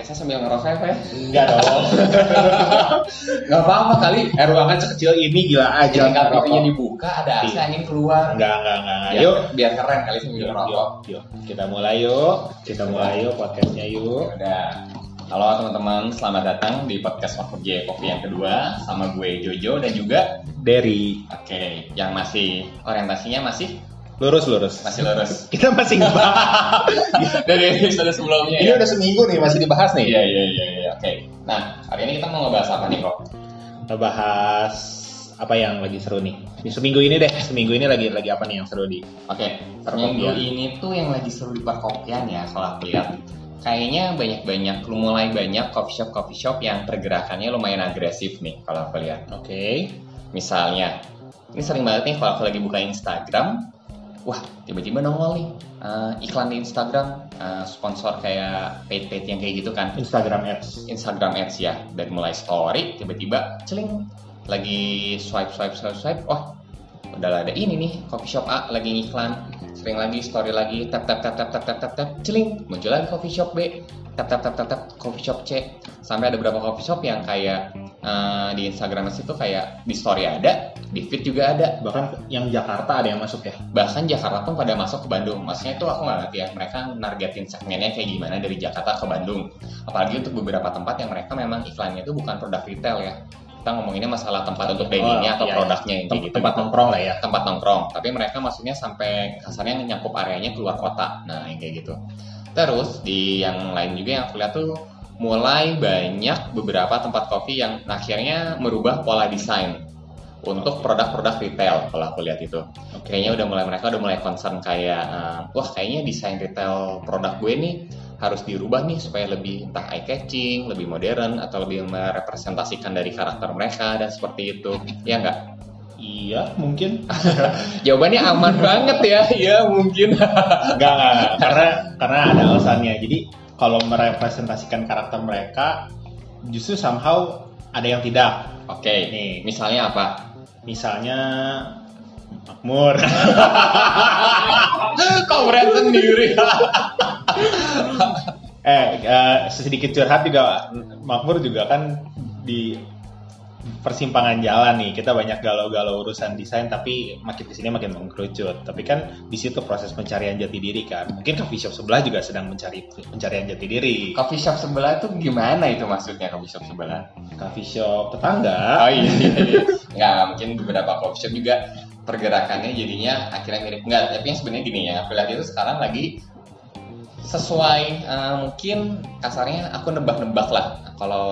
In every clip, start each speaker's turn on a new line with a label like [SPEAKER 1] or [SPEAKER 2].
[SPEAKER 1] saya sambil ngerokok apa ya?
[SPEAKER 2] Enggak dong.
[SPEAKER 1] Gak apa-apa kali.
[SPEAKER 2] Eh, ruangan
[SPEAKER 1] Iya,
[SPEAKER 2] sekecil ini gila aja
[SPEAKER 1] Ketika
[SPEAKER 2] Iya, ngerokok.
[SPEAKER 1] pintunya dibuka ada AC
[SPEAKER 2] Iya.
[SPEAKER 1] angin keluar.
[SPEAKER 2] Enggak, enggak, enggak. enggak.
[SPEAKER 1] Biar-
[SPEAKER 2] Yuk,
[SPEAKER 1] biar keren kali sambil
[SPEAKER 2] Yuk,
[SPEAKER 1] ngerokok.
[SPEAKER 2] yuk, yuk. iya, Kita mulai yuk. Kita mulai yuk podcastnya yuk.
[SPEAKER 1] Udah. Halo teman-teman, selamat datang di podcast Waktu J Kopi yang kedua sama gue Jojo dan juga
[SPEAKER 2] Dari
[SPEAKER 1] oke yang masih orientasinya masih
[SPEAKER 2] lurus lurus.
[SPEAKER 1] masih lurus
[SPEAKER 2] Kita masih ngebahas.
[SPEAKER 1] dari episode sebelumnya ya.
[SPEAKER 2] Ini udah seminggu nih masih dibahas nih.
[SPEAKER 1] Iya iya iya iya. Oke. Nah hari ini kita mau ngebahas apa nih kok?
[SPEAKER 2] Kita bahas apa yang lagi seru nih. Di seminggu ini deh, seminggu ini lagi lagi apa nih yang seru di?
[SPEAKER 1] Oke.
[SPEAKER 2] Perkopian.
[SPEAKER 1] Minggu ini tuh yang lagi seru di perkopian ya kalau aku lihat. Kayaknya banyak-banyak, mulai banyak coffee shop coffee shop yang pergerakannya lumayan agresif nih kalau aku lihat.
[SPEAKER 2] Oke.
[SPEAKER 1] Misalnya, ini sering banget nih kalau aku lagi buka Instagram, wah tiba-tiba nongol nih eh, iklan di Instagram eh, sponsor kayak paid-paid yang kayak gitu kan.
[SPEAKER 2] Instagram ads.
[SPEAKER 1] Instagram ads ya dari mulai story tiba-tiba celing lagi swipe swipe swipe swipe wah udah ada ini nih coffee shop A lagi ngiklan sering lagi story lagi tap tap tap tap tap tap tap tap celing muncul lagi coffee shop B tap tap tap tap tap coffee shop C sampai ada beberapa coffee shop yang kayak eh, di Instagram itu kayak di story ada di feed juga ada
[SPEAKER 2] Bahkan yang Jakarta ada yang masuk ya.
[SPEAKER 1] bahkan Jakarta pun pada masuk ke Bandung maksudnya itu aku nggak ngerti ya mereka nargetin segmennya kayak gimana dari Jakarta ke Bandung apalagi untuk beberapa tempat yang mereka memang iklannya itu bukan produk retail ya kita ngomonginnya masalah tempat untuk diningnya atau
[SPEAKER 2] iya, iya.
[SPEAKER 1] produknya yang kayak
[SPEAKER 2] Tem-
[SPEAKER 1] gitu
[SPEAKER 2] tempat nongkrong lah ya.
[SPEAKER 1] tempat nongkrong tapi mereka maksudnya sampai kasarnya nyakup areanya keluar kota nah yang kayak gitu terus di yang lain juga yang aku lihat tuh mulai banyak beberapa tempat kopi yang akhirnya merubah pola desain untuk produk-produk retail kalau aku lihat itu kayaknya udah mulai mereka udah mulai concern kayak eh, wah kayaknya desain retail produk gue nih harus dirubah nih supaya lebih entah eye catching, lebih modern atau lebih merepresentasikan dari karakter mereka dan seperti itu. Ya nggak?
[SPEAKER 2] Iya, mungkin.
[SPEAKER 1] Jawabannya aman banget ya. Ya mungkin.
[SPEAKER 2] Enggak, enggak, enggak. karena karena ada alasannya. Jadi kalau merepresentasikan karakter mereka justru somehow ada yang tidak.
[SPEAKER 1] Oke.
[SPEAKER 2] Nih,
[SPEAKER 1] Misalnya apa?
[SPEAKER 2] misalnya makmur.
[SPEAKER 1] Kau brand sendiri.
[SPEAKER 2] eh, eh, sedikit curhat juga makmur juga kan di persimpangan jalan nih. Kita banyak galau-galau urusan desain tapi makin kesini makin mengkerucut. Tapi kan di situ proses pencarian jati diri kan. Mungkin coffee shop sebelah juga sedang mencari pencarian jati diri.
[SPEAKER 1] coffee shop sebelah tuh gimana itu maksudnya coffee shop sebelah?
[SPEAKER 2] Coffee shop tetangga
[SPEAKER 1] Oh iya, iya, iya. nggak mungkin beberapa coffee shop juga pergerakannya jadinya akhirnya mirip nggak tapi yang sebenarnya gini ya aku lihat itu sekarang lagi sesuai eh, mungkin kasarnya aku nebak-nebak lah kalau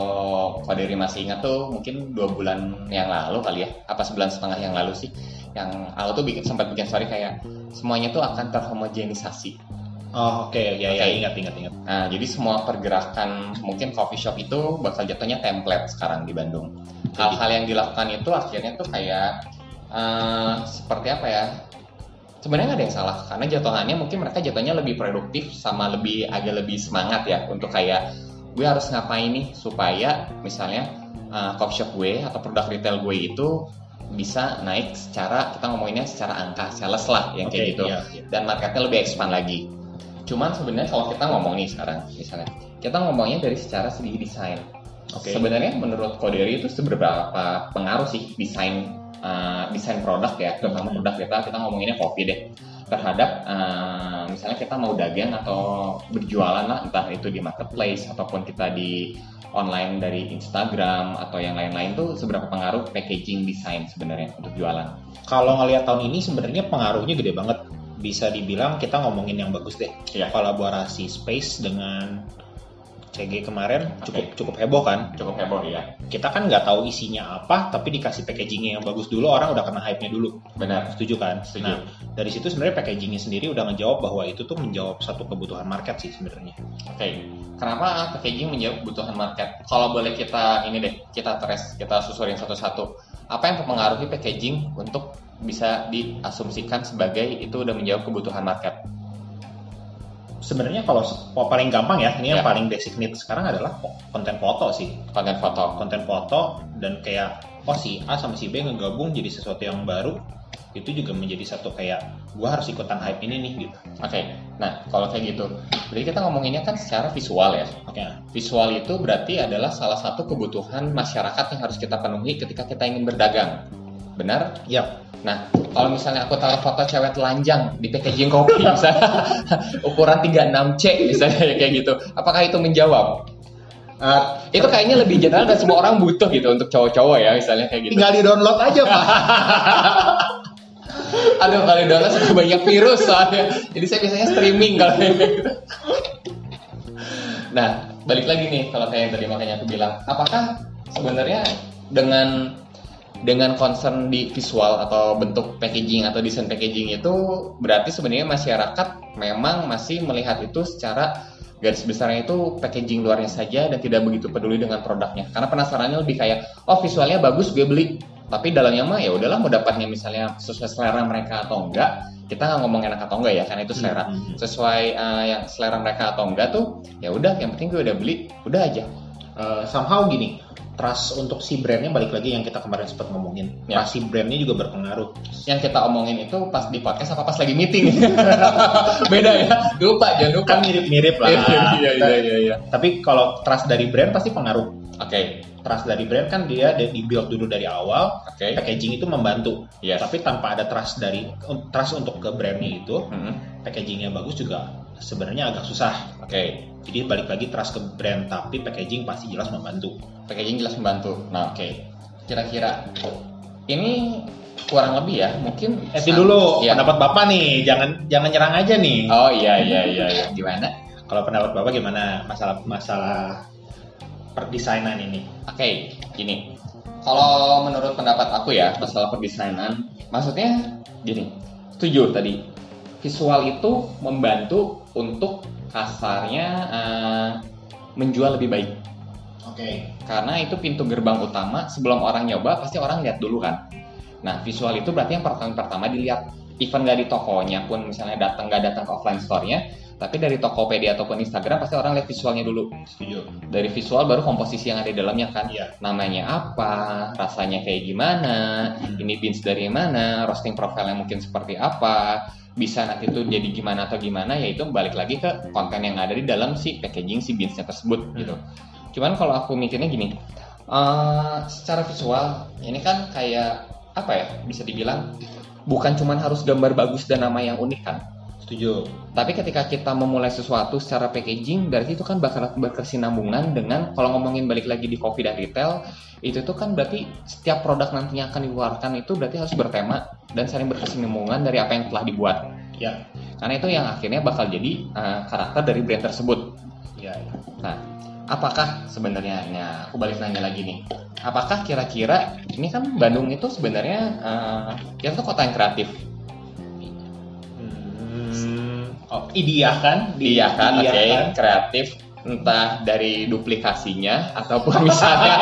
[SPEAKER 1] Koderi masih ingat tuh mungkin dua bulan yang lalu kali ya apa sebulan setengah yang lalu sih yang aku tuh bikin sempat bikin story kayak semuanya tuh akan terhomogenisasi
[SPEAKER 2] Oh oke ya ya
[SPEAKER 1] Oke.
[SPEAKER 2] ingat ingat ingat.
[SPEAKER 1] Nah, jadi semua pergerakan mungkin coffee shop itu bakal jatuhnya template sekarang di Bandung. Hal-hal yang dilakukan itu akhirnya tuh kayak eh, seperti apa ya? Sebenarnya nggak ada yang salah karena jatuhannya mungkin mereka jatuhnya lebih produktif sama lebih agak lebih semangat ya untuk kayak gue harus ngapain nih supaya misalnya eh, coffee shop gue atau produk retail gue itu bisa naik secara kita ngomonginnya secara angka sales lah yang kayak
[SPEAKER 2] Oke,
[SPEAKER 1] gitu
[SPEAKER 2] iya, iya.
[SPEAKER 1] dan marketnya lebih expand lagi. Cuman sebenarnya kalau kita ngomong nih sekarang, misalnya kita ngomongnya dari secara segi desain.
[SPEAKER 2] Oke.
[SPEAKER 1] Sebenarnya menurut Koderi itu seberapa pengaruh sih desain uh, desain produk ya, terutama produk kita kita ngomonginnya kopi deh terhadap uh, misalnya kita mau dagang atau berjualan lah entah itu di marketplace ataupun kita di online dari Instagram atau yang lain-lain tuh seberapa pengaruh packaging desain sebenarnya untuk jualan.
[SPEAKER 2] Kalau ngelihat tahun ini sebenarnya pengaruhnya gede banget. Bisa dibilang kita ngomongin yang bagus deh.
[SPEAKER 1] Iya.
[SPEAKER 2] Kolaborasi space dengan CG kemarin
[SPEAKER 1] Oke.
[SPEAKER 2] cukup cukup heboh kan.
[SPEAKER 1] Cukup heboh ya.
[SPEAKER 2] Kita kan nggak tahu isinya apa, tapi dikasih packagingnya yang bagus dulu orang udah kena hype-nya dulu.
[SPEAKER 1] Benar.
[SPEAKER 2] Setuju kan?
[SPEAKER 1] Setuju.
[SPEAKER 2] Nah dari situ sebenarnya packagingnya sendiri udah ngejawab bahwa itu tuh menjawab satu kebutuhan market sih sebenarnya.
[SPEAKER 1] Oke, kenapa packaging menjawab kebutuhan market? Kalau boleh kita ini deh, kita trace, kita susurin satu-satu. Apa yang mempengaruhi packaging untuk bisa diasumsikan sebagai itu udah menjawab kebutuhan market?
[SPEAKER 2] Sebenarnya kalau kalau paling gampang ya, ini
[SPEAKER 1] Ya.
[SPEAKER 2] yang paling basic need sekarang adalah konten foto sih.
[SPEAKER 1] Konten foto.
[SPEAKER 2] konten foto dan kayak oh si A sama si B ngegabung jadi sesuatu yang baru itu juga menjadi satu kayak gua harus ikutan hype ini nih gitu
[SPEAKER 1] Oke, nah kalau kayak gitu, berarti kita ngomonginnya kan secara visual ya.
[SPEAKER 2] oke
[SPEAKER 1] Visual itu berarti adalah salah satu kebutuhan masyarakat yang harus kita penuhi ketika kita ingin berdagang. Benar?
[SPEAKER 2] Yap.
[SPEAKER 1] Nah, kalau misalnya aku taruh foto cewek telanjang di packaging kopi misalnya, ukuran 36C misalnya ya, kayak gitu, apakah itu menjawab?
[SPEAKER 2] Eh,
[SPEAKER 1] Itu kayaknya lebih general dan semua orang butuh gitu untuk cowok-cowok ya misalnya kayak gitu.
[SPEAKER 2] tinggal di download aja pak
[SPEAKER 1] Aduh, kalau di download sudah banyak virus soalnya. Jadi saya biasanya streaming kalau kayak gitu. Nah, balik lagi nih kalau kayak yang tadi makanya aku bilang, apakah sebenarnya dengan dengan concern di visual atau bentuk packaging atau desain packaging itu berarti sebenarnya masyarakat memang masih melihat itu secara garis besarnya itu packaging luarnya saja dan tidak begitu peduli dengan produknya karena penasarannya lebih kayak oh visualnya bagus gue beli tapi dalamnya mah ya udahlah mau dapatnya misalnya sesuai selera mereka atau enggak kita nggak ngomong enak atau enggak ya karena itu selera
[SPEAKER 2] Hmm.
[SPEAKER 1] sesuai eh, yang selera mereka atau enggak tuh ya udah yang penting gue udah beli udah aja
[SPEAKER 2] Eh, somehow gini trust untuk si brandnya balik lagi yang kita kemarin sempat ngomongin
[SPEAKER 1] Ya.
[SPEAKER 2] trust si brandnya juga berpengaruh
[SPEAKER 1] yang kita omongin itu pas di podcast apa pas lagi meeting beda ya lupa jangan lupa
[SPEAKER 2] kan mirip-mirip lah
[SPEAKER 1] iya iya iya iya iya.
[SPEAKER 2] tapi kalau trust dari brand pasti pengaruh
[SPEAKER 1] oke
[SPEAKER 2] trust dari brand kan dia di di build dulu dari awal
[SPEAKER 1] oke
[SPEAKER 2] packaging itu membantu
[SPEAKER 1] yes
[SPEAKER 2] tapi tanpa ada trust dari trust untuk ke brandnya itu
[SPEAKER 1] Mm-mm.
[SPEAKER 2] packagingnya bagus juga sebenarnya agak susah
[SPEAKER 1] oke
[SPEAKER 2] jadi balik lagi trust ke brand tapi packaging pasti jelas membantu
[SPEAKER 1] packaging jelas membantu nah oke kira-kira ini kurang lebih ya mungkin
[SPEAKER 2] eh sih dulu
[SPEAKER 1] Iya.
[SPEAKER 2] pendapat bapak nih jangan jangan nyerang aja nih
[SPEAKER 1] oh iya iya iya iya. gimana
[SPEAKER 2] Kalau pendapat Bapak gimana masalah masalah perdesainan ini?
[SPEAKER 1] oke gini kalau menurut pendapat aku ya masalah perdesainan maksudnya gini setuju tadi visual itu membantu untuk kasarnya eh, menjual lebih baik
[SPEAKER 2] Oke.
[SPEAKER 1] karena itu pintu gerbang utama sebelum orang nyoba pasti orang lihat dulu kan nah visual itu berarti yang pertama pertama dilihat even nggak di tokonya pun misalnya datang nggak datang ke offline store-nya tapi dari Tokopedia ataupun Instagram pasti orang lihat visualnya dulu
[SPEAKER 2] Setuju.
[SPEAKER 1] dari visual baru komposisi yang ada di dalamnya kan
[SPEAKER 2] Iya.
[SPEAKER 1] namanya apa rasanya kayak gimana ini beans dari mana roasting profile yang mungkin seperti apa bisa nanti itu jadi gimana atau gimana yaitu balik lagi ke konten yang ada di dalam si packaging si beansnya tersebut gitu cuman kalau aku mikirnya gini eh, secara visual ini kan kayak apa ya bisa dibilang bukan cuman harus gambar bagus dan nama yang unik kan
[SPEAKER 2] Setuju.
[SPEAKER 1] tapi ketika kita memulai sesuatu secara packaging, berarti itu kan bakal berkesinambungan dengan kalau ngomongin balik lagi di coffee dan retail, itu tuh kan berarti setiap produk nantinya akan dikeluarkan itu berarti harus bertema dan saling berkesinambungan dari apa yang telah dibuat.
[SPEAKER 2] Ya.
[SPEAKER 1] Karena itu yang akhirnya bakal jadi eh, karakter dari brand tersebut.
[SPEAKER 2] Ya.
[SPEAKER 1] Apakah sebenarnya, nah aku balik nanya lagi nih, apakah kira-kira ini kan Bandung itu sebenarnya eh, kita tuh kota yang kreatif,
[SPEAKER 2] Hmm. Oh, idiah kan? Di-
[SPEAKER 1] Iya kan, oke,
[SPEAKER 2] idiah
[SPEAKER 1] kreatif entah dari duplikasinya ataupun misalnya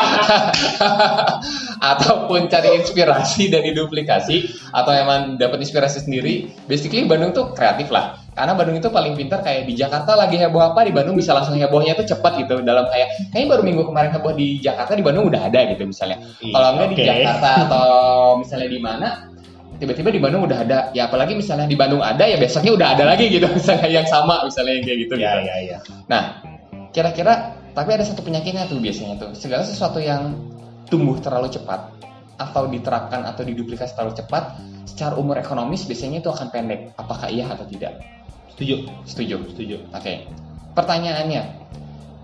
[SPEAKER 1] ataupun cari inspirasi dari duplikasi atau emang dapat inspirasi sendiri. Basically Bandung tuh kreatif lah. Karena Bandung itu paling pintar kayak di Jakarta lagi heboh apa di Bandung bisa langsung hebohnya tuh cepat gitu dalam kayak kayaknya baru minggu kemarin heboh di Jakarta di Bandung udah ada gitu misalnya.
[SPEAKER 2] Iya,
[SPEAKER 1] Kalau enggak di
[SPEAKER 2] oke.
[SPEAKER 1] Jakarta atau misalnya di mana tiba-tiba di Bandung udah ada ya apalagi misalnya di Bandung ada ya besoknya udah ada lagi gitu misalnya yang sama misalnya yang kayak gitu
[SPEAKER 2] Ya,
[SPEAKER 1] gitu.
[SPEAKER 2] ya, ya.
[SPEAKER 1] Nah, kira-kira tapi ada satu penyakitnya tuh biasanya tuh segala sesuatu yang tumbuh terlalu cepat atau diterapkan atau diduplikasi terlalu cepat secara umur ekonomis biasanya itu akan pendek apakah iya atau tidak
[SPEAKER 2] Setuju.
[SPEAKER 1] setuju
[SPEAKER 2] Setuju.
[SPEAKER 1] Oke, pertanyaannya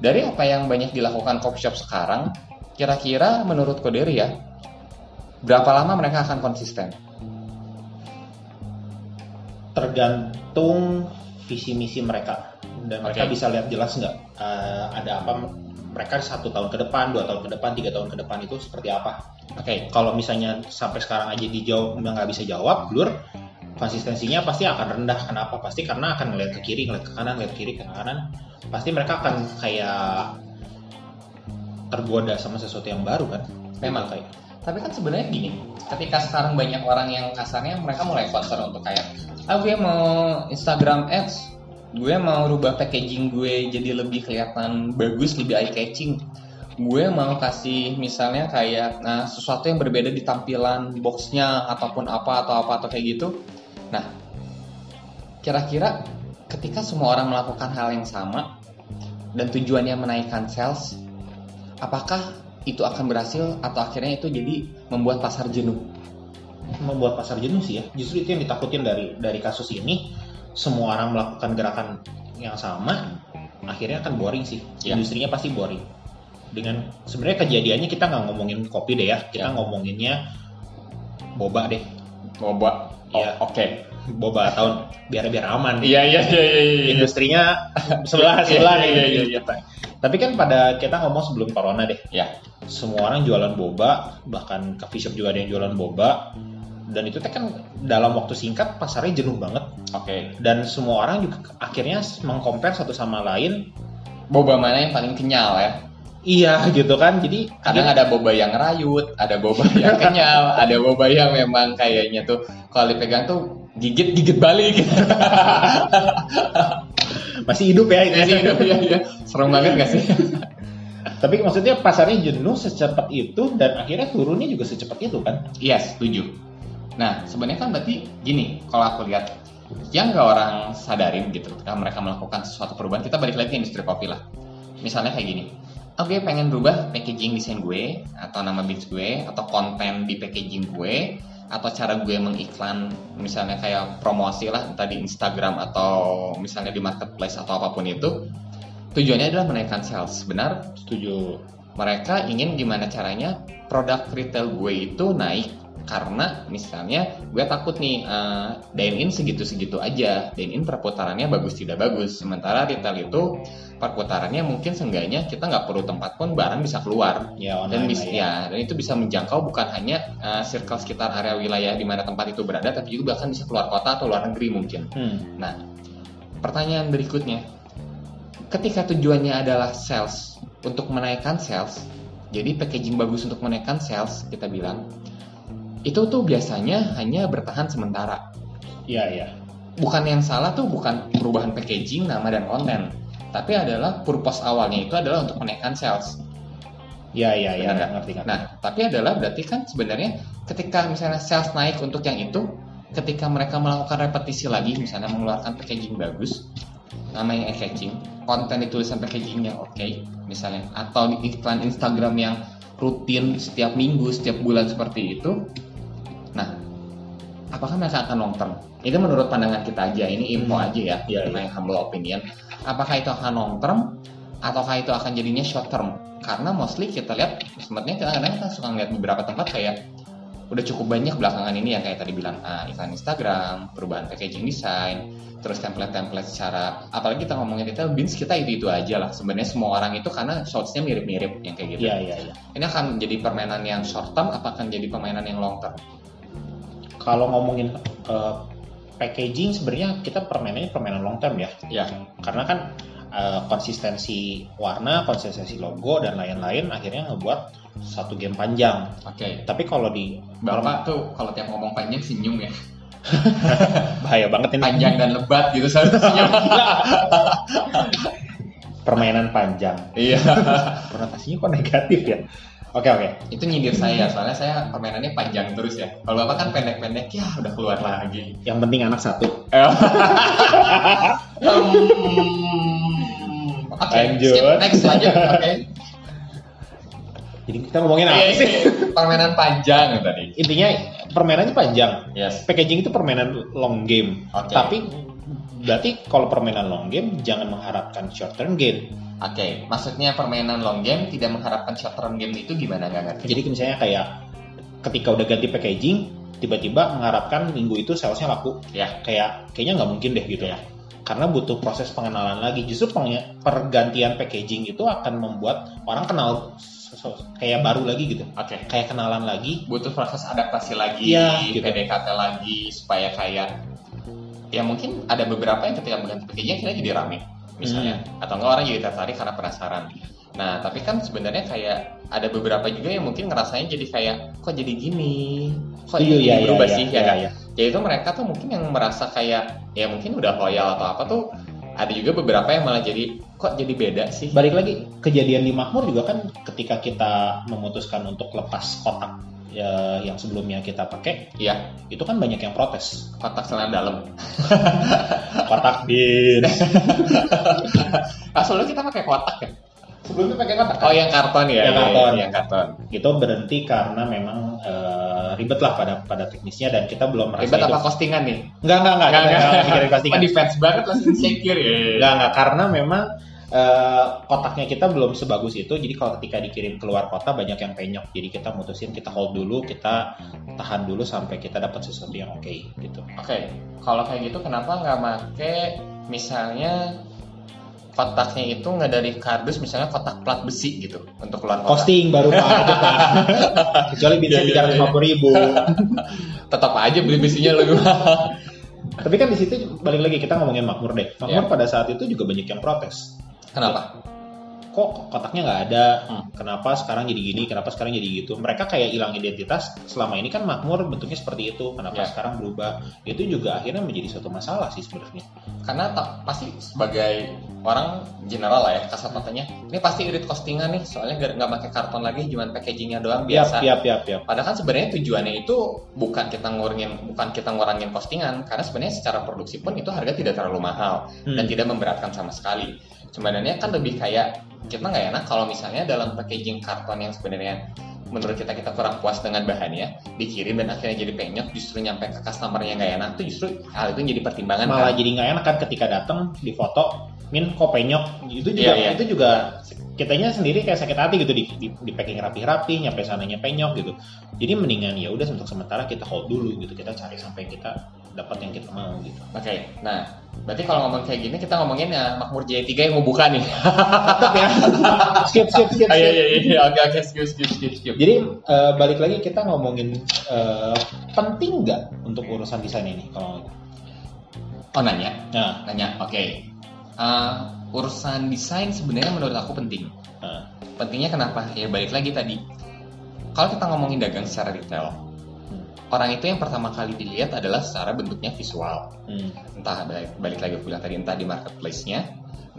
[SPEAKER 1] dari apa yang banyak dilakukan coffee shop sekarang, kira-kira menurut Koderi ya, berapa lama mereka akan konsisten?
[SPEAKER 2] Tergantung visi misi mereka dan mereka
[SPEAKER 1] Oke.
[SPEAKER 2] bisa lihat jelas nggak eh, ada apa mereka satu tahun ke depan, dua tahun ke depan, tiga tahun ke depan itu seperti apa?
[SPEAKER 1] Oke,
[SPEAKER 2] kalau misalnya sampai sekarang aja dijawab nggak bisa jawab blur konsistensinya pasti akan rendah kenapa pasti karena akan ngeliat ke kiri ngeliat ke kanan ngeliat kiri ke kanan pasti mereka akan kayak tergoda sama sesuatu yang baru kan
[SPEAKER 1] Memang.
[SPEAKER 2] Gitu, kayak
[SPEAKER 1] tapi kan sebenarnya gini, ketika sekarang banyak orang yang kasarnya mereka mulai concern untuk kayak, ah gue mau Instagram ads, gue mau rubah packaging gue jadi lebih kelihatan bagus, lebih eye catching, gue mau kasih misalnya kayak nah sesuatu yang berbeda di tampilan boxnya ataupun apa atau apa atau kayak gitu nah kira-kira ketika semua orang melakukan hal yang sama dan tujuannya menaikkan sales apakah itu akan berhasil atau akhirnya itu jadi membuat pasar jenuh
[SPEAKER 2] membuat pasar jenuh sih ya justru itu yang ditakutin dari dari kasus ini semua orang melakukan gerakan yang sama akhirnya akan boring sih
[SPEAKER 1] Ya.
[SPEAKER 2] industrinya pasti boring dengan sebenarnya kejadiannya kita nggak ngomongin kopi deh ya kita ngomonginnya boba deh
[SPEAKER 1] boba oh,
[SPEAKER 2] Iya.
[SPEAKER 1] oke
[SPEAKER 2] boba tahun biar biar aman
[SPEAKER 1] iya iya iya iya iya.
[SPEAKER 2] industrinya sebelah sebelah
[SPEAKER 1] Iya,
[SPEAKER 2] nih.
[SPEAKER 1] iya, iya, iya.
[SPEAKER 2] Tapi kan pada kita ngomong sebelum corona deh.
[SPEAKER 1] Ya.
[SPEAKER 2] Semua orang jualan boba, bahkan coffee shop juga ada yang jualan boba. Dan itu teh kan dalam waktu singkat pasarnya jenuh banget
[SPEAKER 1] oke
[SPEAKER 2] dan semua orang juga akhirnya mengcompare satu sama lain.
[SPEAKER 1] boba mana yang paling kenyal ya
[SPEAKER 2] Iya gitu kan. Jadi
[SPEAKER 1] kadang ada boba yang rayut, ada boba yang kenyal, ada boba yang memang kayaknya tuh kalau dipegang tuh gigit gigit balik
[SPEAKER 2] masih hidup ya
[SPEAKER 1] Iya,
[SPEAKER 2] ini.
[SPEAKER 1] iya, iya. serem banget gak sih?
[SPEAKER 2] Tapi maksudnya pasarnya jenuh secepat itu dan akhirnya turunnya juga secepat itu kan.
[SPEAKER 1] Iya setuju. Nah sebenarnya kan berarti gini kalau aku lihat yang nggak orang sadarin gitu ketika mereka melakukan sesuatu perubahan kita balik lagi ke industri kopi lah. Misalnya kayak gini, oke pengen berubah packaging desain gue atau nama bins gue atau konten di packaging gue atau cara gue mengiklan misalnya kayak promosi lah entah di Instagram atau misalnya di marketplace atau apapun itu tujuannya adalah menaikkan sales benar
[SPEAKER 2] Setuju.
[SPEAKER 1] mereka ingin gimana caranya produk retail gue itu naik karena misalnya gue takut nih eh, dine in segitu-segitu aja dine in perputarannya bagus tidak bagus sementara retail itu perputarannya mungkin seenggaknya kita nggak perlu tempat pun barang bisa keluar
[SPEAKER 2] Ya
[SPEAKER 1] dan
[SPEAKER 2] online
[SPEAKER 1] bisa
[SPEAKER 2] lah ya.
[SPEAKER 1] ya, dan itu bisa menjangkau bukan hanya eh, circle sekitar area wilayah di mana tempat itu berada tapi juga bahkan bisa keluar kota atau luar negeri mungkin
[SPEAKER 2] Hmm.
[SPEAKER 1] pertanyaan berikutnya ketika tujuannya adalah sales untuk menaikkan sales jadi packaging bagus untuk menaikkan sales kita bilang itu tuh biasanya hanya bertahan sementara
[SPEAKER 2] Iya iya.
[SPEAKER 1] bukan yang salah tuh bukan perubahan packaging nama dan konten tapi adalah purpose awalnya itu adalah untuk menaikkan sales
[SPEAKER 2] Iya iya
[SPEAKER 1] Benar
[SPEAKER 2] iya.
[SPEAKER 1] nggak?
[SPEAKER 2] Ngerti ngerti.
[SPEAKER 1] Nah, tapi adalah berarti kan sebenarnya ketika misalnya sales naik untuk yang itu, ketika mereka melakukan repetisi lagi, misalnya mengeluarkan packaging bagus, nama yang catching, konten ditulisan packaging yang oke, misalnya, atau di iklan Instagram yang rutin setiap minggu, setiap bulan seperti itu, nah, apakah mereka akan long term? Itu menurut pandangan kita aja, ini info
[SPEAKER 2] Hmm.
[SPEAKER 1] aja ya,
[SPEAKER 2] Iya,
[SPEAKER 1] karena yang humble opinion. Apakah itu akan long term? ataukah itu akan jadinya short term karena mostly kita lihat sebenarnya kadang-kadang kita suka ngeliat beberapa tempat kayak udah cukup banyak belakangan ini ya kayak tadi bilang ah, iklan Instagram perubahan packaging design terus template-template secara apalagi kita ngomongin detail bins kita itu itu aja lah sebenarnya semua orang itu karena shortsnya mirip-mirip yang kayak gitu
[SPEAKER 2] Iya iya iya.
[SPEAKER 1] ini akan jadi permainan yang short term apa akan jadi permainan yang long term
[SPEAKER 2] Kalau ngomongin eh, packaging sebenarnya kita permainannya permainan long term ya.
[SPEAKER 1] ya
[SPEAKER 2] Karena kan eh, konsistensi warna, konsistensi logo dan lain-lain akhirnya ngebuat satu game panjang.
[SPEAKER 1] oke
[SPEAKER 2] Tapi kalau di
[SPEAKER 1] bapak tuh kalau tiap ngomong panjang senyum ya
[SPEAKER 2] bahaya banget ini
[SPEAKER 1] panjang dan lebat gitu selalu senyum
[SPEAKER 2] permainan panjang.
[SPEAKER 1] iya
[SPEAKER 2] Konotasinya kok negatif ya? Oke oke.
[SPEAKER 1] itu nyindir saya soalnya saya permainannya panjang terus ya kalau bapak kan pendek-pendek ya udah keluar lagi
[SPEAKER 2] Yang penting anak satu.
[SPEAKER 1] Hmm. oke
[SPEAKER 2] Lanjut.
[SPEAKER 1] skip next lanjut oke
[SPEAKER 2] Jadi kita ngomongin
[SPEAKER 1] Iya,
[SPEAKER 2] apa
[SPEAKER 1] ini
[SPEAKER 2] sih?
[SPEAKER 1] permainan panjang tadi
[SPEAKER 2] Intinya permainannya panjang.
[SPEAKER 1] yes
[SPEAKER 2] Packaging itu permainan long game.
[SPEAKER 1] oke
[SPEAKER 2] Iya. Tapi berarti kalau permainan long game jangan mengharapkan short term gain.
[SPEAKER 1] oke maksudnya permainan long game tidak mengharapkan short term game itu gimana nggak ngerti
[SPEAKER 2] Jadi misalnya kayak ketika udah ganti packaging tiba-tiba mengharapkan minggu itu salesnya laku.
[SPEAKER 1] Ya.
[SPEAKER 2] Kayak kayaknya nggak mungkin deh
[SPEAKER 1] Iya.
[SPEAKER 2] gitu ya. Karena butuh proses pengenalan lagi. Justru penge- pergantian packaging itu akan membuat orang kenal sesu- kayak baru lagi gitu.
[SPEAKER 1] oke
[SPEAKER 2] Kayak kenalan lagi.
[SPEAKER 1] butuh proses adaptasi lagi,
[SPEAKER 2] Iya, gitu.
[SPEAKER 1] PDKT lagi supaya kayak ya mungkin ada beberapa yang ketika melihat packaging akhirnya jadi rame misalnya
[SPEAKER 2] Hmm.
[SPEAKER 1] atau enggak orang jadi tertarik karena penasaran. Nah tapi kan sebenarnya kayak ada beberapa juga yang mungkin ngerasain jadi kayak kok jadi gini, kok ini
[SPEAKER 2] iya, iya,
[SPEAKER 1] Oh, berubah
[SPEAKER 2] iya,
[SPEAKER 1] sih ya
[SPEAKER 2] iya,
[SPEAKER 1] kan?
[SPEAKER 2] iya.
[SPEAKER 1] Jadi itu mereka tuh mungkin yang merasa kayak ya mungkin udah loyal atau apa tuh ada juga beberapa yang malah jadi kok jadi beda sih
[SPEAKER 2] Balik lagi kejadian di Makmur juga kan ketika kita memutuskan untuk lepas kotak ya, yang sebelumnya kita pakai,
[SPEAKER 1] Iya.
[SPEAKER 2] itu kan banyak yang protes.
[SPEAKER 1] kotak celana dalam
[SPEAKER 2] Kotak bin.
[SPEAKER 1] ah sebelumnya kita pakai kotak ya
[SPEAKER 2] Sebelumnya pakai kotak.
[SPEAKER 1] oh yang karton ya
[SPEAKER 2] Yang karton.
[SPEAKER 1] yang karton
[SPEAKER 2] Itu berhenti karena memang eh, ribet lah pada pada teknisnya dan kita belum merasa
[SPEAKER 1] ribet apa
[SPEAKER 2] itu.
[SPEAKER 1] costingan nih
[SPEAKER 2] Enggak enggak enggak. Kita nggak mikirin Iya, costingan.
[SPEAKER 1] Oh, defense banget langsung insecure ya
[SPEAKER 2] Enggak, enggak. Karena memang eh, kotaknya kita belum sebagus itu. Jadi kalau ketika dikirim keluar kota banyak yang penyok. Jadi kita mutusin kita hold dulu, kita tahan dulu sampai kita dapat sesuatu yang oke gitu.
[SPEAKER 1] Oke, kalau kayak gitu kenapa nggak make misalnya kotaknya itu nggak dari kardus misalnya kotak plat besi gitu untuk keluar kotak
[SPEAKER 2] Costing baru Pak itu Pak. Kecuali bisa
[SPEAKER 1] Iya, iya,
[SPEAKER 2] tiga ratus ribu.
[SPEAKER 1] tetap aja beli besinya lebih mahal
[SPEAKER 2] Tapi kan di situ balik lagi kita ngomongin makmur deh. Makmur
[SPEAKER 1] Iya.
[SPEAKER 2] pada saat itu juga banyak yang protes.
[SPEAKER 1] kenapa
[SPEAKER 2] Kok kotaknya nggak ada?
[SPEAKER 1] Hmm.
[SPEAKER 2] Kenapa sekarang jadi gini? Kenapa sekarang jadi gitu? Mereka kayak hilang identitas. Selama ini kan makmur bentuknya seperti itu. Kenapa
[SPEAKER 1] Ya.
[SPEAKER 2] sekarang berubah? Itu juga akhirnya menjadi suatu masalah sih sebenarnya.
[SPEAKER 1] karena tak pasti sebagai orang general lah ya kasar matanya ini pasti irit costingan nih soalnya nggak- nggak pakai karton lagi cuman packagingnya doang biasa
[SPEAKER 2] Biasa. Yap, yap, yap,
[SPEAKER 1] Padahal kan sebenarnya tujuannya itu bukan kita ngurangin bukan kita ngurangin postingan karena sebenarnya secara produksi pun itu harga tidak terlalu mahal
[SPEAKER 2] Hmm.
[SPEAKER 1] dan tidak memberatkan sama sekali. Sebenarnya kan lebih kayak kita nggak enak kalau misalnya dalam packaging karton yang sebenarnya menurut kita kita kurang puas dengan bahannya dikirim dan akhirnya jadi penyok justru nyampe ke customernya nggak enak itu justru hal itu jadi pertimbangan kan?
[SPEAKER 2] Malah jadi nggak enak kan ketika datang di foto, min kok penyok. Itu juga,
[SPEAKER 1] Iya, iya.
[SPEAKER 2] itu juga kitanya sendiri kayak sakit hati gitu di, di, di packing rapi-rapi, nyampe sananya penyok gitu. Jadi mendingan ya udah untuk sementara kita hold dulu gitu, kita cari sampai kita dapat yang kita mau gitu.
[SPEAKER 1] Oke, nah berarti kalau ngomong kayak gini kita ngomongin ya makmur Jaya 3 yang mau buka nih.
[SPEAKER 2] Tetap ya. skip, skip, skip.
[SPEAKER 1] Ah, Iya
[SPEAKER 2] skip.
[SPEAKER 1] iya iya oke oke skip skip skip skip.
[SPEAKER 2] Jadi eh, balik lagi kita ngomongin eh, penting nggak untuk urusan desain ini kalau
[SPEAKER 1] Oh nanya.
[SPEAKER 2] nah
[SPEAKER 1] Nanya, oke. Eh, urusan desain sebenarnya menurut aku penting.
[SPEAKER 2] Nah.
[SPEAKER 1] Pentingnya kenapa? Ya balik lagi tadi. Kalau kita ngomongin dagang secara retail, orang itu yang pertama kali dilihat adalah secara bentuknya visual.
[SPEAKER 2] hmm,
[SPEAKER 1] Entah balik, balik lagi aku bilang tadi, entah di marketplace-nya,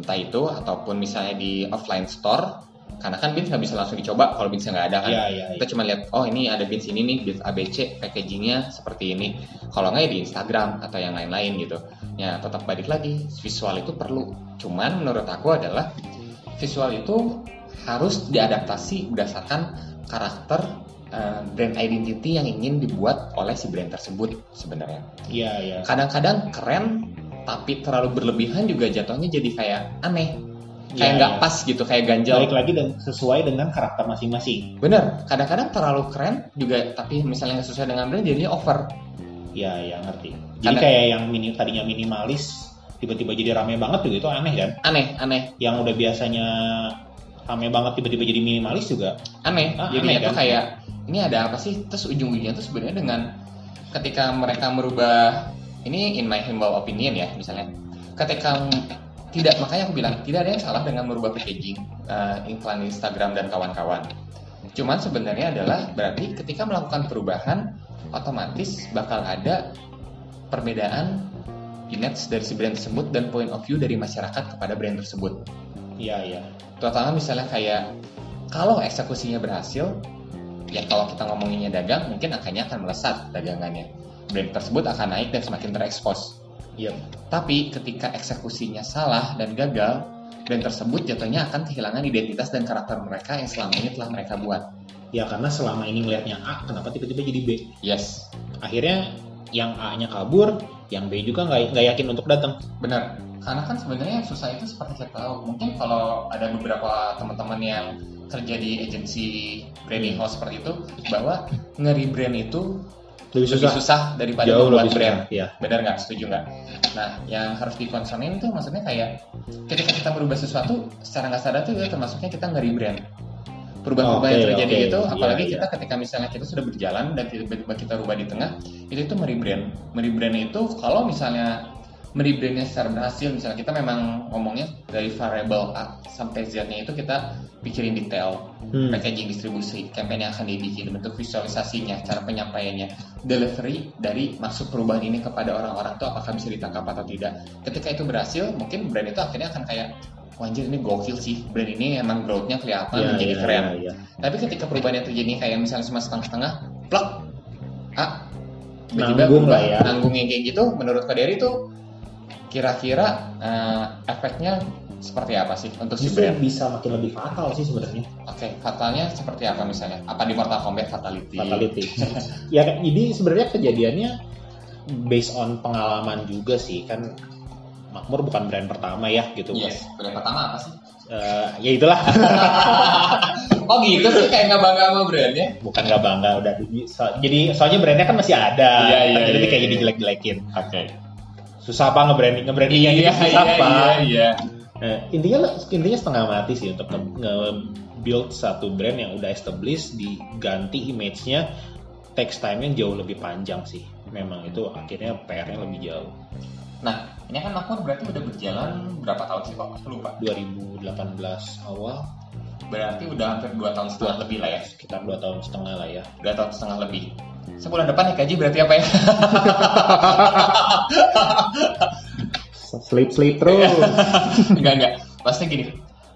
[SPEAKER 1] entah itu ataupun misalnya di offline store. Karena kan bins nggak bisa langsung dicoba kalau binsnya nggak ada kan.
[SPEAKER 2] iya iya iya.
[SPEAKER 1] Kita cuma lihat, oh ini ada bins ini nih, bins ABC, packagingnya seperti ini. Kalau nggak ya di Instagram atau yang lain-lain gitu. Ya tetap balik lagi, visual itu perlu. Cuman menurut aku adalah visual itu harus diadaptasi berdasarkan karakter eh, brand identity yang ingin dibuat oleh si brand tersebut sebenarnya
[SPEAKER 2] iya iya.
[SPEAKER 1] kadang-kadang keren tapi terlalu berlebihan juga jatuhnya jadi kayak aneh
[SPEAKER 2] Iya,
[SPEAKER 1] kayak nggak
[SPEAKER 2] iya.
[SPEAKER 1] pas gitu kayak ganjal
[SPEAKER 2] balik lagi dan sesuai dengan karakter masing-masing.
[SPEAKER 1] Bener, kadang-kadang terlalu keren juga, tapi misalnya nggak sesuai dengan brand jadinya over.
[SPEAKER 2] Ya, ya ngerti. Jadi
[SPEAKER 1] Karena-
[SPEAKER 2] kayak yang mini, tadinya minimalis tiba-tiba jadi rame banget juga itu aneh kan?
[SPEAKER 1] Aneh, aneh,
[SPEAKER 2] Yang udah biasanya rame banget tiba-tiba jadi minimalis juga.
[SPEAKER 1] aneh.
[SPEAKER 2] Ah,
[SPEAKER 1] jadinya
[SPEAKER 2] aneh,
[SPEAKER 1] tuh
[SPEAKER 2] kan?
[SPEAKER 1] kayak, ini ada apa sih? Terus ujung-ujungnya tuh sebenarnya dengan ketika mereka merubah, ini in my humble opinion ya misalnya, ketika tidak makanya aku bilang tidak ada yang salah dengan merubah packaging eh, iklan Instagram dan kawan-kawan. Cuman sebenarnya adalah berarti ketika melakukan perubahan otomatis bakal ada perbedaan image dari si brand tersebut dan point of view dari masyarakat kepada brand tersebut.
[SPEAKER 2] Iya, iya.
[SPEAKER 1] terutama misalnya kayak kalau eksekusinya berhasil ya kalau kita ngomonginnya dagang mungkin akannya akan melesat dagangannya brand tersebut akan naik dan semakin terekspos
[SPEAKER 2] Iya.
[SPEAKER 1] tapi ketika eksekusinya salah dan gagal brand tersebut jatuhnya akan kehilangan identitas dan karakter mereka yang selama ini telah mereka buat
[SPEAKER 2] Ya karena selama ini ngelihatnya A, kenapa tiba-tiba jadi B?
[SPEAKER 1] yes
[SPEAKER 2] Akhirnya yang A-nya kabur, yang B juga nggak nggak yakin untuk datang.
[SPEAKER 1] benar karena kan sebenarnya yang susah itu seperti kita tahu mungkin kalau ada beberapa teman-teman yang kerja di agensi branding house seperti itu bahwa ngeri brand itu
[SPEAKER 2] Lebih
[SPEAKER 1] lebih
[SPEAKER 2] susah.
[SPEAKER 1] susah daripada
[SPEAKER 2] Jauh
[SPEAKER 1] membuat
[SPEAKER 2] lebih
[SPEAKER 1] brand.
[SPEAKER 2] susah. Iya.
[SPEAKER 1] Benar nggak? Setuju nggak? Nah, yang harus dikonsumen itu maksudnya kayak ketika kita merubah sesuatu secara nggak sadar itu juga termasuknya kita nggak rebrand. Perubahan-perubahan yang
[SPEAKER 2] Oke,
[SPEAKER 1] terjadi
[SPEAKER 2] oke.
[SPEAKER 1] itu,
[SPEAKER 2] Iya,
[SPEAKER 1] apalagi
[SPEAKER 2] iya.
[SPEAKER 1] kita ketika misalnya kita sudah berjalan dan tiba-tiba kita rubah di tengah, itu itu merebrand. Merebrand itu kalau misalnya merebrandnya secara berhasil misalnya kita memang ngomongnya dari variable A sampai Z-nya itu kita pikirin detail
[SPEAKER 2] Hmm.
[SPEAKER 1] packaging distribusi campaign yang akan dibikin bentuk visualisasinya cara penyampaiannya delivery dari maksud perubahan ini kepada orang-orang tuh apakah bisa ditangkap atau tidak ketika itu berhasil mungkin brand itu akhirnya akan kayak "Wah, anjir ini gokil sih brand ini emang growth-nya kelihatan
[SPEAKER 2] Iya,
[SPEAKER 1] menjadi
[SPEAKER 2] iya,
[SPEAKER 1] keren
[SPEAKER 2] iya, iya.
[SPEAKER 1] tapi ketika perubahan yang terjadi kayak misalnya cuma setengah-setengah, plak, ah,
[SPEAKER 2] Nanggung
[SPEAKER 1] berubah.
[SPEAKER 2] lah ya.
[SPEAKER 1] Nanggungnya kayak gitu, menurut Kak Dery tuh kira-kira eh, efeknya seperti apa sih untuk si
[SPEAKER 2] Justru
[SPEAKER 1] brand?
[SPEAKER 2] bisa makin lebih fatal sih sebenarnya
[SPEAKER 1] Oke, fatalnya seperti apa misalnya? Apa di Mortal Kombat fatality?
[SPEAKER 2] fatality. ya ini sebenarnya kejadiannya based on pengalaman juga sih kan Makmur bukan brand pertama ya gitu.
[SPEAKER 1] Yes, brand pertama apa sih?
[SPEAKER 2] Eh, ya itulah
[SPEAKER 1] Oh gitu sih, kayak nggak bangga sama ya? brandnya?
[SPEAKER 2] bukan nggak bangga udah di- so- jadi soalnya brandnya kan masih ada
[SPEAKER 1] Iya, iya,
[SPEAKER 2] jadi
[SPEAKER 1] iya,
[SPEAKER 2] kayak
[SPEAKER 1] iya.
[SPEAKER 2] jadi jelek-jelekin
[SPEAKER 1] Oke.
[SPEAKER 2] susah apa ngebranding ngebranding yang
[SPEAKER 1] Iya,
[SPEAKER 2] gitu susah
[SPEAKER 1] iya,
[SPEAKER 2] apa
[SPEAKER 1] iya, iya.
[SPEAKER 2] Nah, intinya intinya setengah mati sih untuk nge-
[SPEAKER 1] Hmm.
[SPEAKER 2] nge-build satu brand yang udah established diganti image-nya text time-nya jauh lebih panjang sih memang itu akhirnya PR-nya lebih jauh
[SPEAKER 1] Nah, ini kan Makmur berarti udah berjalan berapa tahun sih, Pak? Aku Lupa.
[SPEAKER 2] 2018 awal
[SPEAKER 1] Berarti udah hampir 2 tahun setengah lebih lah ya.
[SPEAKER 2] sekitar 2 tahun setengah lah ya
[SPEAKER 1] dua tahun setengah lebih. Sebulan depan naik gaji berarti apa ya?
[SPEAKER 2] sleep sleep terus
[SPEAKER 1] enggak enggak. Maksudnya gini,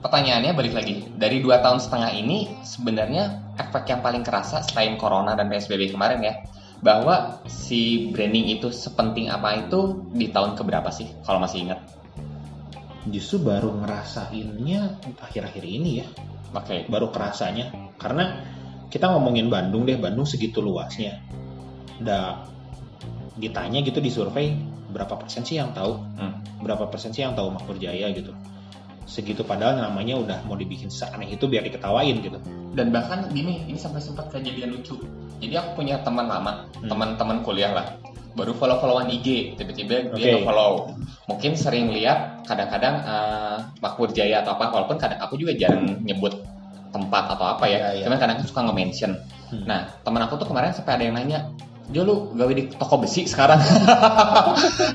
[SPEAKER 1] pertanyaannya balik lagi. Dari dua tahun setengah ini sebenarnya efek yang paling kerasa selain corona dan PSBB kemarin ya, bahwa si branding itu sepenting apa itu di tahun keberapa sih kalau masih ingat?
[SPEAKER 2] justru baru ngerasainnya akhir-akhir ini ya
[SPEAKER 1] Oke.
[SPEAKER 2] baru kerasanya karena kita ngomongin Bandung deh Bandung segitu luasnya udah ditanya gitu di survei berapa persen sih yang tahu
[SPEAKER 1] Hmm.
[SPEAKER 2] berapa persen sih yang tahu Makmur Jaya gitu segitu padahal namanya udah mau dibikin seaneh itu biar diketawain gitu
[SPEAKER 1] Dan bahkan gini, ini sampai sempat kejadian lucu. Jadi aku punya teman lama,
[SPEAKER 2] Hmm.
[SPEAKER 1] teman-teman kuliah lah. Baru follow-followan IG, tiba-tiba
[SPEAKER 2] Oke.
[SPEAKER 1] dia follow mungkin sering lihat kadang-kadang eh, Makmur Jaya atau apa walaupun kadang aku juga jarang nyebut tempat atau apa ya,
[SPEAKER 2] Hmm. Iya, iya.
[SPEAKER 1] cuman kadang suka nge-mention.
[SPEAKER 2] Hmm.
[SPEAKER 1] Nah, teman aku tuh kemarin sampai ada yang nanya, "Jo lu gawe di toko besi sekarang?"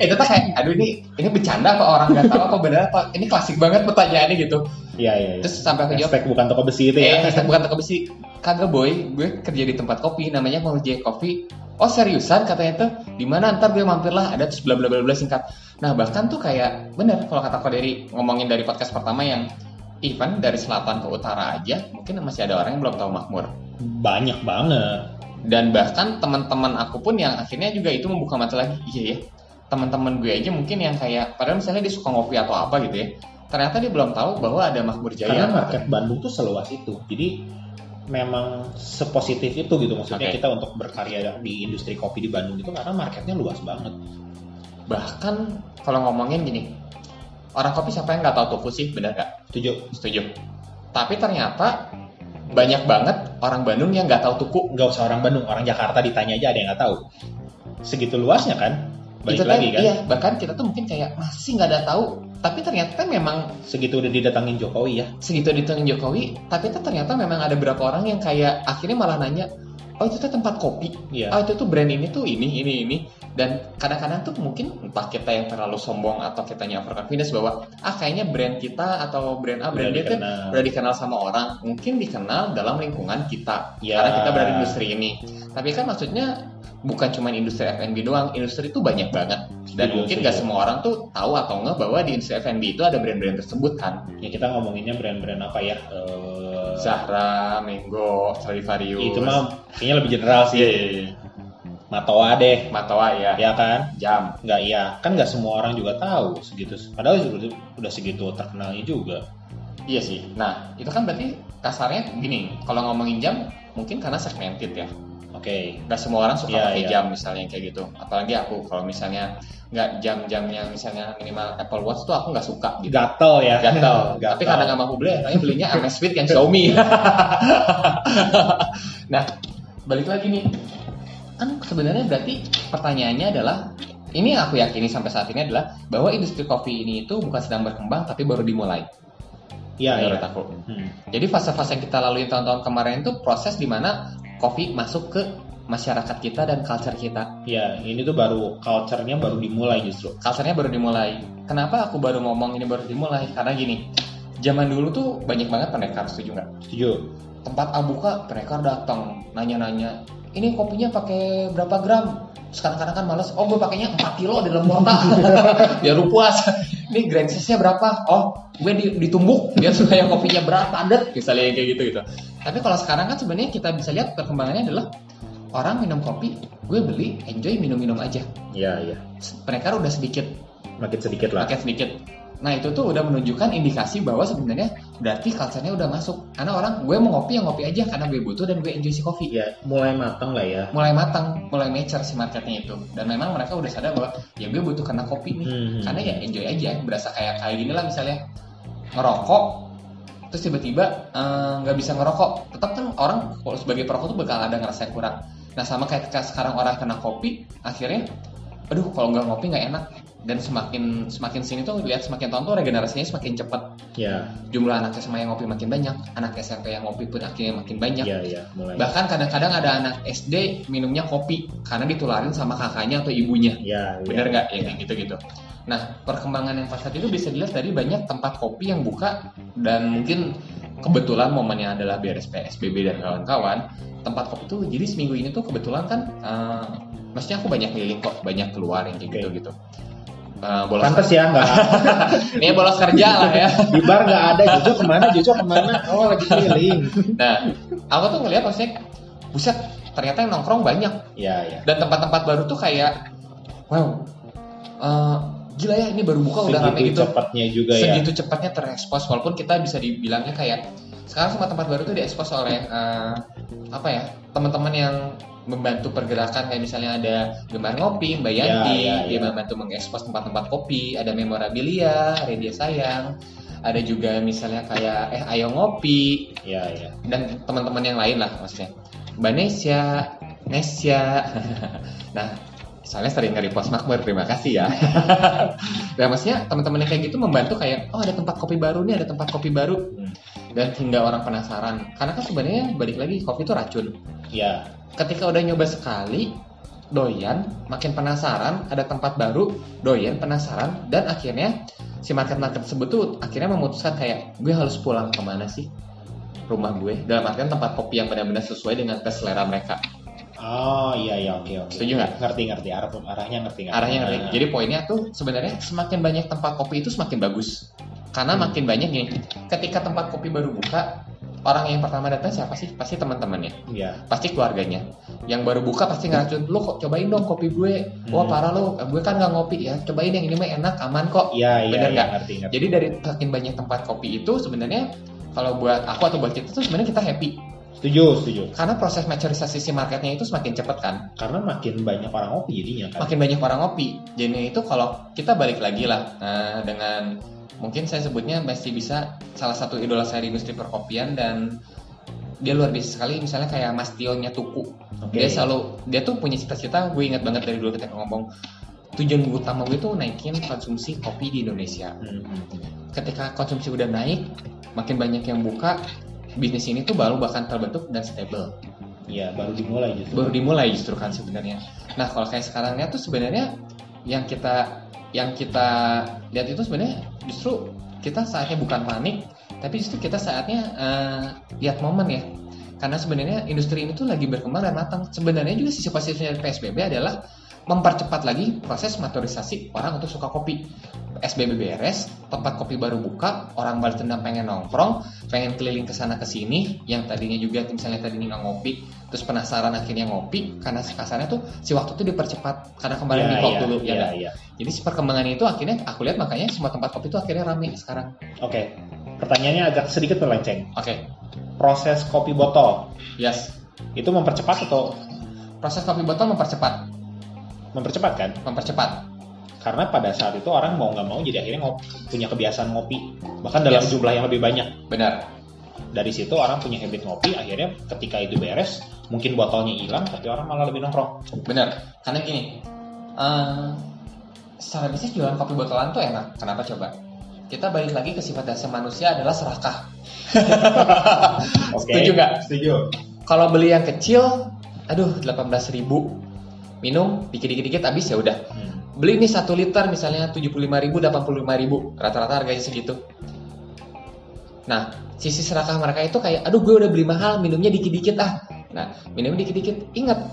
[SPEAKER 1] itu tuh kayak aduh ini ini bercanda apa orang nggak tahu apa bener apa ini klasik banget pertanyaannya gitu.
[SPEAKER 2] iya iya
[SPEAKER 1] Terus sampai aku jawab,
[SPEAKER 2] Hashtag bukan toko besi itu
[SPEAKER 1] "Eh,
[SPEAKER 2] ya
[SPEAKER 1] hashtag bukan toko besi. Kagak boy, gue kerja di tempat kopi namanya Makmur Jaya Coffee." Oh seriusan katanya tuh di mana ntar gue mampirlah ada terus bla bla bla bla singkat. Nah bahkan tuh kayak bener kalau kata Kak Dery ngomongin dari podcast pertama yang even dari selatan ke utara aja mungkin masih ada orang yang belum tahu Makmur.
[SPEAKER 2] banyak banget
[SPEAKER 1] Dan bahkan teman-teman aku pun yang akhirnya juga itu membuka mata lagi. Iya ya. Teman-teman gue aja mungkin yang kayak padahal misalnya dia suka ngopi atau apa gitu ya. Ternyata dia belum tahu bahwa ada Makmur Jaya.
[SPEAKER 2] karena market Bandung tuh seluas itu jadi memang sepositif itu gitu maksudnya
[SPEAKER 1] Oke.
[SPEAKER 2] kita untuk berkarya di industri kopi di Bandung itu karena marketnya luas banget
[SPEAKER 1] Bahkan kalau ngomongin gini, orang kopi siapa yang nggak tahu tofu sih, bener nggak?
[SPEAKER 2] setuju
[SPEAKER 1] Setuju. Tapi ternyata banyak banget orang Bandung yang nggak tahu tuku.
[SPEAKER 2] nggak usah orang Bandung, orang Jakarta ditanya aja ada yang nggak tahu. Segitu luasnya kan, balik
[SPEAKER 1] Itu
[SPEAKER 2] lagi
[SPEAKER 1] tadi,
[SPEAKER 2] kan.
[SPEAKER 1] Iya, bahkan kita tuh mungkin kayak masih nggak ada tahu. Tapi ternyata kan memang
[SPEAKER 2] Segitu udah didatangin Jokowi ya.
[SPEAKER 1] segitu ditunggu Jokowi, tapi tuh ternyata memang ada beberapa orang yang kayak akhirnya malah nanya, oh itu tuh tempat kopi,
[SPEAKER 2] Iya.
[SPEAKER 1] oh itu tuh brand ini tuh ini ini ini, dan kadang-kadang tuh mungkin entah kita yang terlalu sombong atau kita yang overconfidence bahwa ah kayaknya brand kita atau brand A
[SPEAKER 2] Udah
[SPEAKER 1] brand B tuh
[SPEAKER 2] dikenal.
[SPEAKER 1] udah dikenal sama orang, mungkin dikenal dalam lingkungan kita,
[SPEAKER 2] Ya.
[SPEAKER 1] karena kita berada di industri ini. Tapi kan maksudnya bukan cuma industri F&B doang, industri itu banyak banget. Dan
[SPEAKER 2] Setuju,
[SPEAKER 1] mungkin gak
[SPEAKER 2] setuju.
[SPEAKER 1] semua orang tuh tahu atau nggak bahwa di industri F&B itu ada brand-brand tersebut kan.
[SPEAKER 2] Ya kita ngomonginnya brand-brand apa ya? Eh,
[SPEAKER 1] Zahra, Mango, Stradivarius.
[SPEAKER 2] itu mah kayaknya lebih general sih.
[SPEAKER 1] Iya, iya, iya.
[SPEAKER 2] Matoa deh,
[SPEAKER 1] Matoa ya.
[SPEAKER 2] ya kan?
[SPEAKER 1] Jam.
[SPEAKER 2] Nggak iya, kan nggak semua orang juga tahu segitu. Padahal udah- udah segitu terkenalnya juga.
[SPEAKER 1] Iya sih. Nah, itu kan berarti kasarnya gini, kalau ngomongin jam, mungkin karena segmented ya.
[SPEAKER 2] Oke.
[SPEAKER 1] Nggak semua orang suka
[SPEAKER 2] Iya,
[SPEAKER 1] pakai
[SPEAKER 2] iya.
[SPEAKER 1] jam misalnya kayak gitu. Apalagi aku kalau misalnya nggak jam-jam yang misalnya minimal Apple Watch tuh aku nggak suka gitu.
[SPEAKER 2] Gatel ya.
[SPEAKER 1] Gatel. Tapi karena nggak mampu beli, akhirnya belinya Amazfit yang Xiaomi. nah, balik lagi nih. Kan sebenarnya berarti pertanyaannya adalah ini yang aku yakini sampai saat ini adalah bahwa industri kopi ini itu bukan sedang berkembang tapi baru dimulai
[SPEAKER 2] Iya, iya.
[SPEAKER 1] menurut aku.
[SPEAKER 2] Hmm.
[SPEAKER 1] Jadi fase-fase yang kita lalui tahun-tahun kemarin itu proses di mana kopi masuk ke masyarakat kita dan culture kita.
[SPEAKER 2] Ya, ini tuh baru culture-nya baru dimulai justru.
[SPEAKER 1] Culture-nya baru dimulai. Kenapa aku baru ngomong ini baru dimulai? Karena gini, zaman dulu tuh banyak banget pendekar, setuju nggak?
[SPEAKER 2] Setuju.
[SPEAKER 1] Tempat abuka, pendekar datang, nanya-nanya, ini kopinya pakai berapa gram? Sekarang kadang kan males, oh gue pakainya 4 kilo di dalam kota, biar lu puas. Ini grand size-nya berapa? Oh, gue di- ditumbuk, biar supaya kopinya berat, padat, misalnya kayak gitu-gitu. Tapi kalau sekarang kan sebenarnya kita bisa lihat perkembangannya adalah orang minum kopi, gue beli, enjoy minum-minum aja.
[SPEAKER 2] Iya, iya.
[SPEAKER 1] Mereka udah sedikit
[SPEAKER 2] Makin sedikit lah.
[SPEAKER 1] pakai sedikit. Nah itu tuh udah menunjukkan indikasi bahwa sebenarnya berarti culture-nya udah masuk. Karena orang gue mau ngopi ya ngopi aja karena gue butuh dan gue enjoy si kopi.
[SPEAKER 2] Ya, mulai matang lah ya.
[SPEAKER 1] Mulai matang, mulai mature si marketnya itu. Dan memang mereka udah sadar bahwa ya gue butuh karena kopi nih.
[SPEAKER 2] Hmm.
[SPEAKER 1] Karena ya enjoy aja, berasa kayak kayak gini lah misalnya ngerokok terus tiba-tiba eh, nggak bisa ngerokok. Tetap kan orang kalau sebagai perokok tuh bakal ada ngerasain kurang. Nah sama kayak ketika sekarang orang kena kopi, akhirnya aduh kalau nggak ngopi nggak enak dan semakin semakin sini tuh lihat semakin tahun tuh regenerasinya semakin cepat
[SPEAKER 2] Ya,
[SPEAKER 1] jumlah anak SMA yang ngopi makin banyak anak SMP yang ngopi pun akhirnya makin banyak
[SPEAKER 2] ya, ya, mulai.
[SPEAKER 1] bahkan kadang-kadang ada anak SD minumnya kopi karena ditularin sama kakaknya atau ibunya
[SPEAKER 2] Ya, ya.
[SPEAKER 1] bener nggak ya kayak gitu-gitu nah perkembangan yang pasar itu bisa dilihat dari banyak tempat kopi yang buka dan mungkin kebetulan momennya adalah beres PSBB dan kawan-kawan tempat kopi tuh jadi seminggu ini tuh kebetulan kan eh, maksudnya aku banyak keliling kok banyak keluar yang kayak
[SPEAKER 2] Oke.
[SPEAKER 1] gitu-gitu Eh, bolos
[SPEAKER 2] Pantes ya nggak
[SPEAKER 1] ini bolos kerja lah ya
[SPEAKER 2] di bar nggak ada Jojo kemana Jojo kemana oh lagi keliling
[SPEAKER 1] Nah, aku tuh ngeliat maksudnya, buset, ternyata yang nongkrong banyak.
[SPEAKER 2] ya ya
[SPEAKER 1] Dan tempat-tempat baru tuh kayak, wow, eh, gila ya ini baru buka udah rame gitu.
[SPEAKER 2] segitu cepatnya juga ya
[SPEAKER 1] Segitu cepatnya terekspos, walaupun kita bisa dibilangnya kayak, sekarang semua tempat baru tuh diekspos oleh, eh, apa ya, teman-teman yang membantu pergerakan kayak misalnya ada gemar ngopi, Mbak
[SPEAKER 2] Ya,
[SPEAKER 1] Yanti,
[SPEAKER 2] ya, ya.
[SPEAKER 1] dia membantu mengekspos tempat-tempat kopi, ada memorabilia, Redia Sayang, ada juga misalnya kayak eh ayo ngopi,
[SPEAKER 2] ya ya
[SPEAKER 1] dan teman-teman yang lain lah maksudnya Mbak Nesya Nesya nah soalnya sering nge post Makmur terima kasih ya nah maksudnya teman-teman yang kayak gitu membantu kayak oh ada tempat kopi baru nih ada tempat kopi baru
[SPEAKER 2] Hmm.
[SPEAKER 1] dan hingga orang penasaran karena kan sebenarnya balik lagi kopi itu racun
[SPEAKER 2] ya
[SPEAKER 1] ketika udah nyoba sekali doyan makin penasaran ada tempat baru doyan penasaran dan akhirnya si market market tersebut tuh akhirnya memutuskan kayak gue harus pulang kemana sih rumah gue dalam artian tempat kopi yang benar-benar sesuai dengan tes selera mereka
[SPEAKER 2] oh iya ya oke oke
[SPEAKER 1] Setuju nggak?
[SPEAKER 2] ngerti ngerti arah arahnya ngerti Ah, ngerti
[SPEAKER 1] arahnya ngerti. Jadi poinnya tuh sebenarnya semakin banyak tempat kopi itu semakin bagus. Karena
[SPEAKER 2] Hmm.
[SPEAKER 1] makin banyak nih, ketika tempat kopi baru buka, orang yang pertama datang siapa sih? Pasti teman-temannya,
[SPEAKER 2] ya
[SPEAKER 1] pasti keluarganya. Yang baru buka pasti ngeracun, lu kok cobain dong kopi gue. Wah
[SPEAKER 2] Hmm.
[SPEAKER 1] parah lu, gue kan nggak ngopi ya. Cobain yang ini mah enak, aman kok.
[SPEAKER 2] ya ya,
[SPEAKER 1] Bener
[SPEAKER 2] ya
[SPEAKER 1] nggak?
[SPEAKER 2] ngerti ngerti
[SPEAKER 1] Jadi dari makin banyak tempat kopi itu sebenarnya kalau buat aku atau buat kita tuh sebenarnya kita happy
[SPEAKER 2] setuju setuju
[SPEAKER 1] karena proses maturisasi si marketnya itu semakin cepat kan
[SPEAKER 2] karena makin banyak orang ngopi jadinya kan
[SPEAKER 1] makin banyak orang ngopi. Jadi itu kalau kita balik lagi lah nah, dengan mungkin saya sebutnya masih bisa salah satu idola saya di industri perkopian dan dia luar biasa sekali misalnya kayak Mas Tionya Tuku.
[SPEAKER 2] Oke.
[SPEAKER 1] Dia selalu dia tuh punya cita-cita gue ingat banget dari dulu kita ngomong tujuan gue utama gue tuh naikin konsumsi kopi di Indonesia.
[SPEAKER 2] Hmm, hmm, hmm.
[SPEAKER 1] Ketika konsumsi udah naik, makin banyak yang buka, bisnis ini tuh baru bahkan terbentuk dan stable
[SPEAKER 2] ya baru dimulai justru
[SPEAKER 1] baru dimulai justru kan sebenarnya. Nah kalau kayak sekarangnya tuh sebenarnya yang kita yang kita lihat itu sebenarnya justru kita saatnya bukan panik, tapi justru kita saatnya eh, lihat momen ya. Karena sebenarnya industri ini tuh lagi berkembang dan matang. Sebenarnya juga sisi positifnya dari PSBB adalah mempercepat lagi proses maturisasi orang untuk suka kopi. PSBB beres, tempat kopi baru buka, orang balas dendam pengen nongkrong, pengen keliling ke sana ke sini, yang tadinya juga misalnya tadinya nggak ngopi, terus penasaran akhirnya ngopi karena kasarnya tuh si waktu tuh dipercepat karena kemarin di
[SPEAKER 2] ya,
[SPEAKER 1] dulu ya,
[SPEAKER 2] ya,
[SPEAKER 1] nggak?
[SPEAKER 2] ya.
[SPEAKER 1] jadi si perkembangan itu akhirnya aku lihat makanya semua tempat kopi itu akhirnya rame sekarang
[SPEAKER 2] oke pertanyaannya agak sedikit melenceng
[SPEAKER 1] oke
[SPEAKER 2] proses kopi botol
[SPEAKER 1] yes
[SPEAKER 2] itu mempercepat atau
[SPEAKER 1] proses kopi botol mempercepat
[SPEAKER 2] mempercepat kan
[SPEAKER 1] mempercepat
[SPEAKER 2] karena pada saat itu orang mau nggak mau jadi akhirnya ngop- punya kebiasaan ngopi bahkan dalam
[SPEAKER 1] Yes.
[SPEAKER 2] jumlah yang lebih banyak
[SPEAKER 1] benar
[SPEAKER 2] dari situ orang punya habit ngopi akhirnya ketika itu beres mungkin botolnya hilang tapi orang malah lebih nongkrong
[SPEAKER 1] benar karena gini eh, secara bisnis jualan kopi botolan tuh enak kenapa coba kita balik lagi ke sifat dasar manusia adalah serakah
[SPEAKER 2] oke
[SPEAKER 1] Setuju nggak?
[SPEAKER 2] setuju
[SPEAKER 1] kalau beli yang kecil aduh 18.000 minum dikit-dikit-dikit habis ya udah
[SPEAKER 2] Hmm.
[SPEAKER 1] beli nih satu liter misalnya 75.000 85.000 rata-rata harganya segitu nah sisi serakah mereka itu kayak aduh gue udah beli mahal minumnya dikit-dikit ah nah minumnya dikit-dikit ingat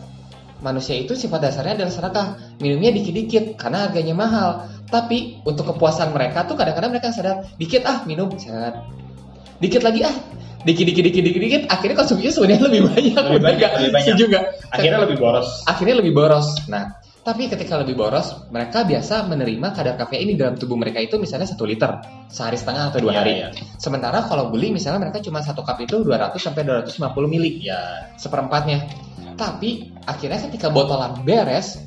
[SPEAKER 1] manusia itu sifat dasarnya adalah serakah minumnya dikit-dikit karena harganya mahal tapi untuk kepuasan mereka tuh kadang-kadang mereka sadar dikit ah minum set dikit lagi ah dikit-dikit dikit-dikit dikit akhirnya konsumsinya sebenarnya lebih banyak
[SPEAKER 2] Lebih
[SPEAKER 1] bener
[SPEAKER 2] banyak,
[SPEAKER 1] nggak?
[SPEAKER 2] lebih banyak.
[SPEAKER 1] setuju nggak?
[SPEAKER 2] Akhirnya lebih boros.
[SPEAKER 1] akhirnya lebih boros. Nah, tapi ketika lebih boros, mereka biasa menerima kadar kafein di dalam tubuh mereka itu misalnya satu liter sehari setengah atau dua
[SPEAKER 2] Iya,
[SPEAKER 1] hari.
[SPEAKER 2] iya.
[SPEAKER 1] Sementara kalau beli misalnya mereka cuma satu cup itu 200 sampai 250 mili,
[SPEAKER 2] Ya,
[SPEAKER 1] seperempatnya.
[SPEAKER 2] Hmm.
[SPEAKER 1] Tapi akhirnya ketika botolan beres,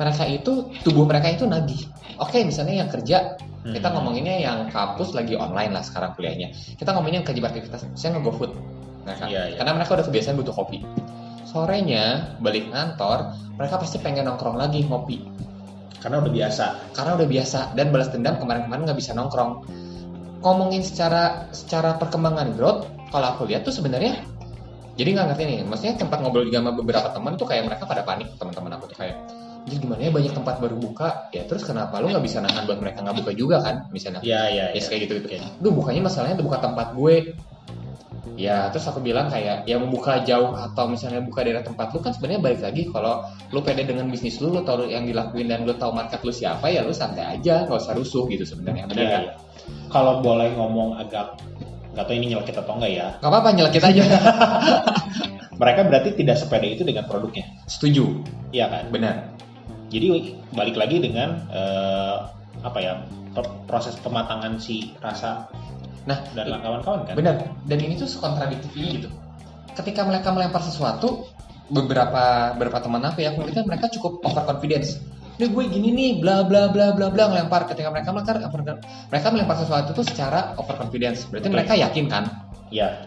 [SPEAKER 1] mereka itu tubuh mereka itu nagih. Oke, misalnya yang kerja
[SPEAKER 2] Hmm.
[SPEAKER 1] kita ngomonginnya yang kampus lagi online lah sekarang kuliahnya. Kita ngomongin yang kerja beraktivitas, misalnya nge-GoFood. Nah, kan?
[SPEAKER 2] Iya, iya.
[SPEAKER 1] Karena mereka udah kebiasaan butuh kopi. Sorenya balik kantor, mereka pasti pengen nongkrong lagi ngopi.
[SPEAKER 2] karena udah biasa.
[SPEAKER 1] Karena udah biasa dan balas dendam kemarin-kemarin nggak bisa nongkrong. Ngomongin secara secara perkembangan growth, kalau aku lihat tuh sebenarnya jadi nggak ngerti nih. Maksudnya tempat ngobrol juga sama beberapa teman tuh kayak mereka pada panik teman-teman aku tuh kayak jadi gimana ya banyak tempat baru buka ya terus kenapa lu nggak bisa nahan buat mereka nggak buka juga kan misalnya
[SPEAKER 2] Iya, iya,
[SPEAKER 1] ya
[SPEAKER 2] iya.
[SPEAKER 1] kayak gitu gitu
[SPEAKER 2] Oke.
[SPEAKER 1] Duh bukannya masalahnya buka tempat gue Ya terus aku bilang kayak ya membuka jauh atau misalnya buka daerah tempat lu kan sebenarnya balik lagi kalau lu pede dengan bisnis lu, lu tahu yang dilakuin dan lu tahu market lu siapa ya lu santai aja nggak usah rusuh gitu sebenarnya. Benar
[SPEAKER 2] Iya,
[SPEAKER 1] nggak?
[SPEAKER 2] iya. Kalau boleh ngomong agak nggak tahu ini nyelkit atau enggak ya.
[SPEAKER 1] Nggak apa-apa nyelekit aja.
[SPEAKER 2] Mereka berarti tidak sepeda itu dengan produknya.
[SPEAKER 1] Setuju,
[SPEAKER 2] Iya kan?
[SPEAKER 1] benar.
[SPEAKER 2] Jadi balik lagi dengan eh, apa ya? pe- proses pematangan si rasa
[SPEAKER 1] Nah,
[SPEAKER 2] dan
[SPEAKER 1] i-
[SPEAKER 2] kawan-kawan kan.
[SPEAKER 1] Benar. Dan ini tuh kontradiktif ini gitu. Ketika mereka melempar sesuatu, beberapa beberapa teman aku ya, aku melihat mereka cukup overconfidence. Ini gue gini nih, bla bla bla bla bla ngelempar. Ketika mereka melempar, mereka melempar sesuatu tuh secara overconfidence. Berarti
[SPEAKER 2] Betul.
[SPEAKER 1] mereka yakin kan?
[SPEAKER 2] Iya.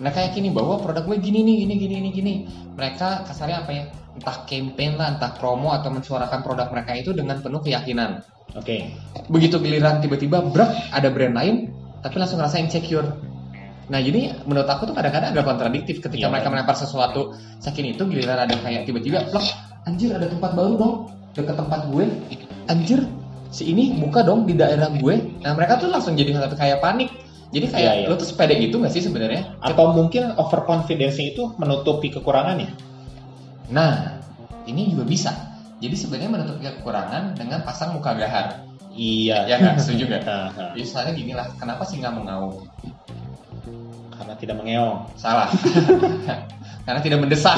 [SPEAKER 1] mereka yakini bahwa produk gue gini nih gini gini ini gini mereka kasarnya apa ya entah campaign lah entah promo atau mensuarakan produk mereka itu dengan penuh keyakinan
[SPEAKER 2] Oke.
[SPEAKER 1] begitu giliran tiba-tiba brak ada brand lain tapi langsung ngerasa insecure nah jadi menurut aku tuh kadang-kadang agak kontradiktif ketika
[SPEAKER 2] Iya.
[SPEAKER 1] mereka melempar sesuatu saking itu giliran ada kayak tiba-tiba plak anjir ada tempat baru dong deket tempat gue anjir si ini buka dong di daerah gue nah mereka tuh langsung jadi kayak panik jadi kayak
[SPEAKER 2] Iya, iya.
[SPEAKER 1] lo tuh sepeda gitu gak sih sebenarnya
[SPEAKER 2] Atau mungkin overconfidence-nya itu menutupi kekurangannya.
[SPEAKER 1] Nah, ini juga bisa. Jadi sebenarnya menutupi kekurangan dengan pasang muka gahar.
[SPEAKER 2] Iya.
[SPEAKER 1] Ya nggak? Setuju nggak?
[SPEAKER 2] Nah, nah,
[SPEAKER 1] Jadi soalnya gini lah, kenapa sih nggak mengaum?
[SPEAKER 2] karena tidak mengeong.
[SPEAKER 1] Salah. Karena tidak mendesak.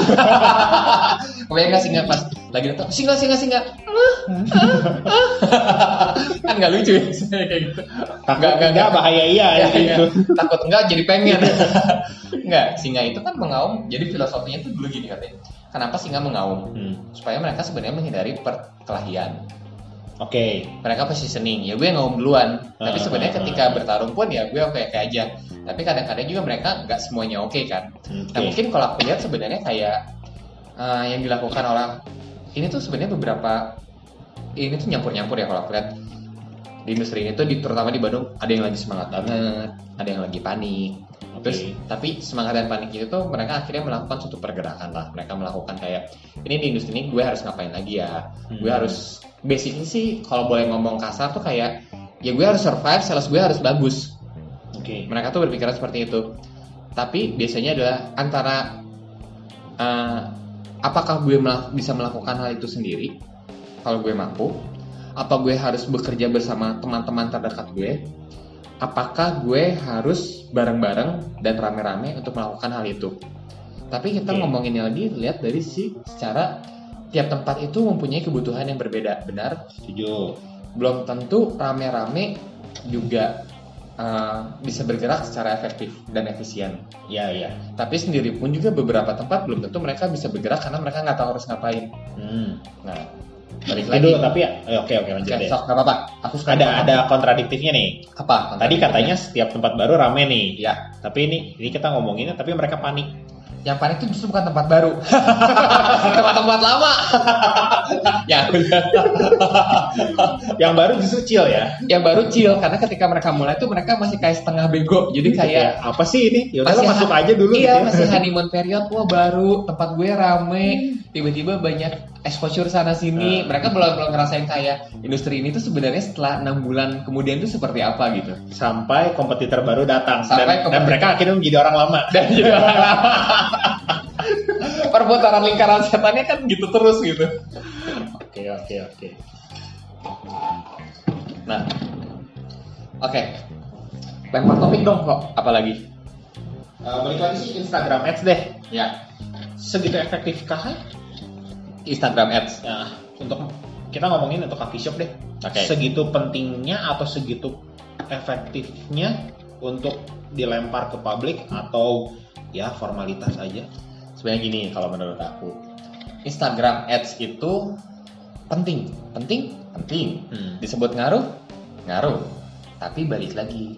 [SPEAKER 1] Kebayang nggak sih nggak pas lagi datang, singa singa singa. Ah, ah, ah. kan nggak lucu ya sebenarnya kayak gitu.
[SPEAKER 2] Takut
[SPEAKER 1] Nggak, nggak,
[SPEAKER 2] enggak
[SPEAKER 1] nggak.
[SPEAKER 2] bahaya iya
[SPEAKER 1] Ya,
[SPEAKER 2] gitu.
[SPEAKER 1] ya. Takut enggak jadi pengen. Enggak, singa itu kan mengaum. Jadi filosofinya tuh dulu gini katanya. Kenapa singa mengaum?
[SPEAKER 2] Hmm,
[SPEAKER 1] Supaya mereka sebenarnya menghindari perkelahian.
[SPEAKER 2] Oke.
[SPEAKER 1] mereka positioning ya gue ngomong duluan tapi
[SPEAKER 2] Ah,
[SPEAKER 1] sebenarnya
[SPEAKER 2] ah,
[SPEAKER 1] ketika bertarung pun ya gue oke oke aja tapi kadang-kadang juga mereka nggak semuanya oke kan
[SPEAKER 2] Hmm,
[SPEAKER 1] nah
[SPEAKER 2] Oke.
[SPEAKER 1] mungkin kalau aku lihat sebenarnya kayak eh, yang dilakukan orang ini tuh sebenarnya beberapa ini tuh nyampur-nyampur ya kalau aku lihat di industri ini tuh di, terutama di Bandung ada yang lagi semangat banget ada yang lagi panik Terus,
[SPEAKER 2] Oke.
[SPEAKER 1] tapi semangat dan panik itu tuh mereka akhirnya melakukan suatu pergerakan lah. Mereka melakukan kayak, ini di industri ini gue harus ngapain lagi ya? gue
[SPEAKER 2] Hmm.
[SPEAKER 1] harus basically sih kalau boleh ngomong kasar tuh kayak ya gue harus survive sales gue harus bagus
[SPEAKER 2] Hmm, Oke.
[SPEAKER 1] mereka tuh berpikiran seperti itu tapi biasanya adalah antara eh, apakah gue melak- bisa melakukan hal itu sendiri kalau gue mampu apa gue harus bekerja bersama teman-teman terdekat gue apakah gue harus bareng-bareng dan rame-rame untuk melakukan hal itu tapi kita
[SPEAKER 2] Oke.
[SPEAKER 1] ngomonginnya lagi lihat dari si secara tiap tempat itu mempunyai kebutuhan yang berbeda benar
[SPEAKER 2] Setuju.
[SPEAKER 1] belum tentu rame-rame juga uh, bisa bergerak secara efektif dan efisien.
[SPEAKER 2] Iya, iya.
[SPEAKER 1] Tapi sendiri pun juga beberapa tempat belum tentu mereka bisa bergerak karena mereka nggak tahu harus ngapain.
[SPEAKER 2] Hmm.
[SPEAKER 1] Nah, balik
[SPEAKER 2] Itu
[SPEAKER 1] lagi.
[SPEAKER 2] dulu tapi ya. eh, Oke, oke lanjut
[SPEAKER 1] Oke,
[SPEAKER 2] deh.
[SPEAKER 1] sok, nggak apa-apa. Aku suka
[SPEAKER 2] Ada ada kontradiktifnya nih.
[SPEAKER 1] apa?
[SPEAKER 2] Tadi katanya setiap tempat baru rame nih.
[SPEAKER 1] Iya.
[SPEAKER 2] Tapi ini ini kita ngomonginnya tapi mereka panik.
[SPEAKER 1] yang panik itu justru bukan tempat baru, tempat-tempat lama. Ya, yang
[SPEAKER 2] Yang baru justru chill ya.
[SPEAKER 1] yang baru chill karena ketika mereka mulai tuh mereka masih kayak setengah bego jadi kayak
[SPEAKER 2] apa sih ini? Gitu Ya udah lo
[SPEAKER 1] Masih
[SPEAKER 2] masuk
[SPEAKER 1] ha-
[SPEAKER 2] aja dulu.
[SPEAKER 1] iya
[SPEAKER 2] gitu ya.
[SPEAKER 1] masih honeymoon period wah baru tempat gue rame tiba-tiba banyak exposure sana sini
[SPEAKER 2] Hmm.
[SPEAKER 1] mereka belum belum ngerasain kayak industri ini tuh sebenarnya setelah enam bulan kemudian tuh seperti apa gitu
[SPEAKER 2] sampai kompetitor baru datang
[SPEAKER 1] Sampai
[SPEAKER 2] dan, dan
[SPEAKER 1] kompetitor-
[SPEAKER 2] mereka akhirnya menjadi orang lama.
[SPEAKER 1] dan gitu. perputaran lingkaran setannya kan gitu terus gitu
[SPEAKER 2] Oke oke oke.
[SPEAKER 1] nah oke lempar topik dong kok apalagi
[SPEAKER 2] Eh, balik lagi sih Instagram Ads deh.
[SPEAKER 1] ya
[SPEAKER 2] Segitu efektifkah?
[SPEAKER 1] Instagram ads
[SPEAKER 2] Nah, untuk kita ngomongin untuk coffee shop deh.
[SPEAKER 1] Oke.
[SPEAKER 2] Segitu pentingnya atau segitu efektifnya untuk dilempar ke publik atau ya formalitas aja.
[SPEAKER 1] sebenarnya gini kalau menurut aku Instagram ads itu penting penting penting disebut ngaruh ngaruh tapi balik lagi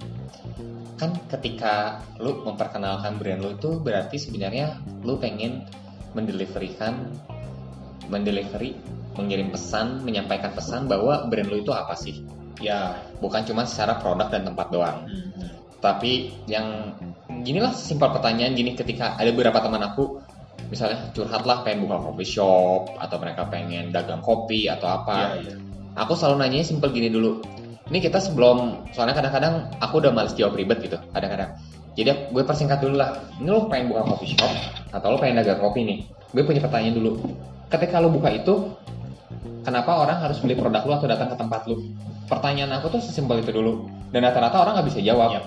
[SPEAKER 1] kan ketika lu memperkenalkan brand lu itu berarti sebenarnya lu pengen mendeliverikan mendeliveri mengirim pesan menyampaikan pesan bahwa brand lu itu apa sih
[SPEAKER 2] Ya.
[SPEAKER 1] bukan cuma secara produk dan tempat doang tapi yang ginilah simpel pertanyaan gini ketika ada beberapa teman aku misalnya curhatlah pengen buka coffee shop atau mereka pengen dagang kopi atau apa
[SPEAKER 2] Ya, ya.
[SPEAKER 1] aku selalu nanya simpel gini dulu ini kita sebelum soalnya kadang-kadang aku udah males jawab ribet gitu kadang-kadang jadi gue persingkat dulu lah ini lo pengen buka coffee shop atau lo pengen dagang kopi nih gue punya pertanyaan dulu ketika lo buka itu kenapa orang harus beli produk lo atau datang ke tempat lo pertanyaan aku tuh sesimpel itu dulu dan rata-rata orang nggak bisa jawab
[SPEAKER 2] Yap.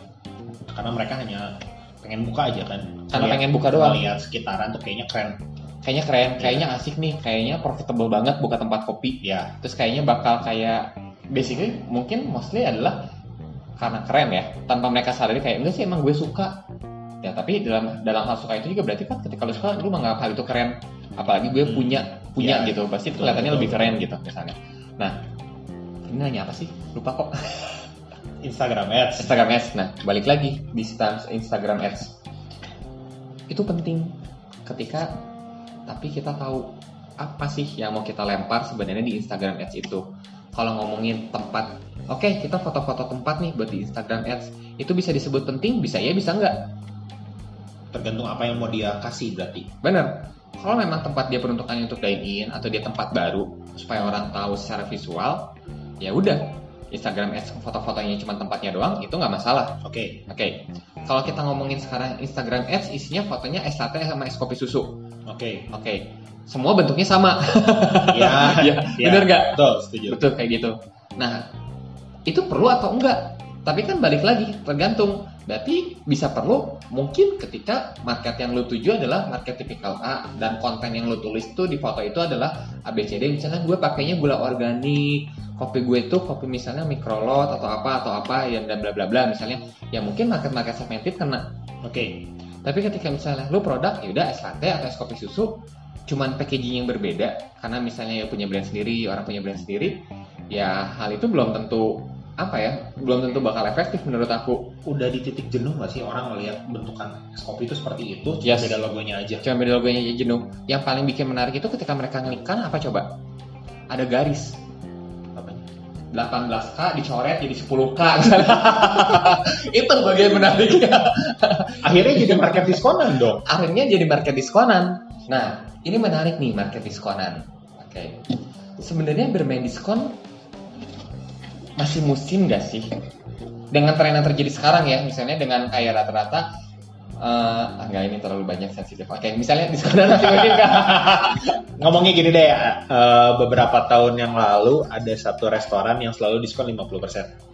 [SPEAKER 2] Karena mereka hanya pengen buka aja kan.
[SPEAKER 1] karena
[SPEAKER 2] Lihat-
[SPEAKER 1] pengen buka doang
[SPEAKER 2] Lihat sekitaran tuh kayaknya keren.
[SPEAKER 1] kayaknya keren
[SPEAKER 2] Iya.
[SPEAKER 1] kayaknya asik nih kayaknya profitable banget buka tempat kopi
[SPEAKER 2] Ya.
[SPEAKER 1] terus kayaknya bakal kayak basically mungkin mostly adalah karena keren ya tanpa mereka sadari kayak enggak sih emang gue suka ya tapi dalam dalam hal suka itu juga berarti kan ketika lu suka lu menganggap hal itu keren apalagi gue
[SPEAKER 2] Hmm.
[SPEAKER 1] punya punya
[SPEAKER 2] Ya.
[SPEAKER 1] gitu pasti itu
[SPEAKER 2] Betul,
[SPEAKER 1] kelihatannya
[SPEAKER 2] betul.
[SPEAKER 1] lebih keren gitu misalnya nah ini nanya apa sih lupa kok
[SPEAKER 2] Instagram ads.
[SPEAKER 1] Instagram Ads. Nah, balik lagi di Stan- Instagram Ads. Itu penting ketika tapi kita tahu apa sih yang mau kita lempar sebenarnya di Instagram Ads itu. Kalau ngomongin tempat, oke kita foto-foto tempat nih buat di Instagram Ads. Itu bisa disebut penting, bisa ya, bisa nggak?
[SPEAKER 2] Tergantung apa yang mau dia kasih berarti.
[SPEAKER 1] Bener. Kalau memang tempat dia peruntukannya untuk dine-in atau dia tempat baru supaya orang tahu secara visual, ya udah. Instagram Ads foto-fotonya cuma tempatnya doang, itu nggak masalah.
[SPEAKER 2] Oke.
[SPEAKER 1] Oke, kalau kita ngomongin sekarang Instagram Ads isinya fotonya es latte sama es kopi susu.
[SPEAKER 2] Oke.
[SPEAKER 1] Oke, semua bentuknya sama.
[SPEAKER 2] Ya.
[SPEAKER 1] Iya,
[SPEAKER 2] ya.
[SPEAKER 1] bener nggak?
[SPEAKER 2] Betul, setuju.
[SPEAKER 1] Betul kayak gitu. Nah, itu perlu atau enggak? Tapi kan balik lagi tergantung. Berarti bisa perlu mungkin ketika market yang lu tuju adalah market tipikal A dan konten yang lu tulis tuh di foto itu adalah ABCD misalnya gue pakainya gula organik, kopi gue tuh kopi misalnya microlot atau apa atau apa ya dan bla bla bla misalnya ya mungkin market market segmented kena
[SPEAKER 2] Oke.
[SPEAKER 1] Tapi ketika misalnya lu produk ya udah es latte atau es kopi susu, cuman packaging yang berbeda karena misalnya ya punya brand sendiri, orang punya brand sendiri, ya hal itu belum tentu apa ya, belum tentu bakal efektif menurut aku.
[SPEAKER 2] udah di titik jenuh nggak sih orang melihat bentukan es kopi itu seperti itu cuma
[SPEAKER 1] Yes.
[SPEAKER 2] beda logonya aja
[SPEAKER 1] Cuma beda logonya aja jenuh. Yang paling bikin menarik itu ketika mereka ngelikan apa coba? Ada garis
[SPEAKER 2] Apanya?
[SPEAKER 1] 18K dicoret jadi 10K. itu bagian menariknya.
[SPEAKER 2] akhirnya jadi market diskonan dong
[SPEAKER 1] akhirnya jadi market diskonan. Nah, ini menarik nih market diskonan. Oke. Sebenarnya bermain diskon masih musim gak sih? Dengan tren yang terjadi sekarang ya, misalnya dengan kayak rata-rata eh enggak ini terlalu banyak sensitif. Oke, misalnya diskonan masih musim gak?
[SPEAKER 2] ngomongnya gini deh ya eh, beberapa tahun yang lalu ada satu restoran yang selalu diskon 50%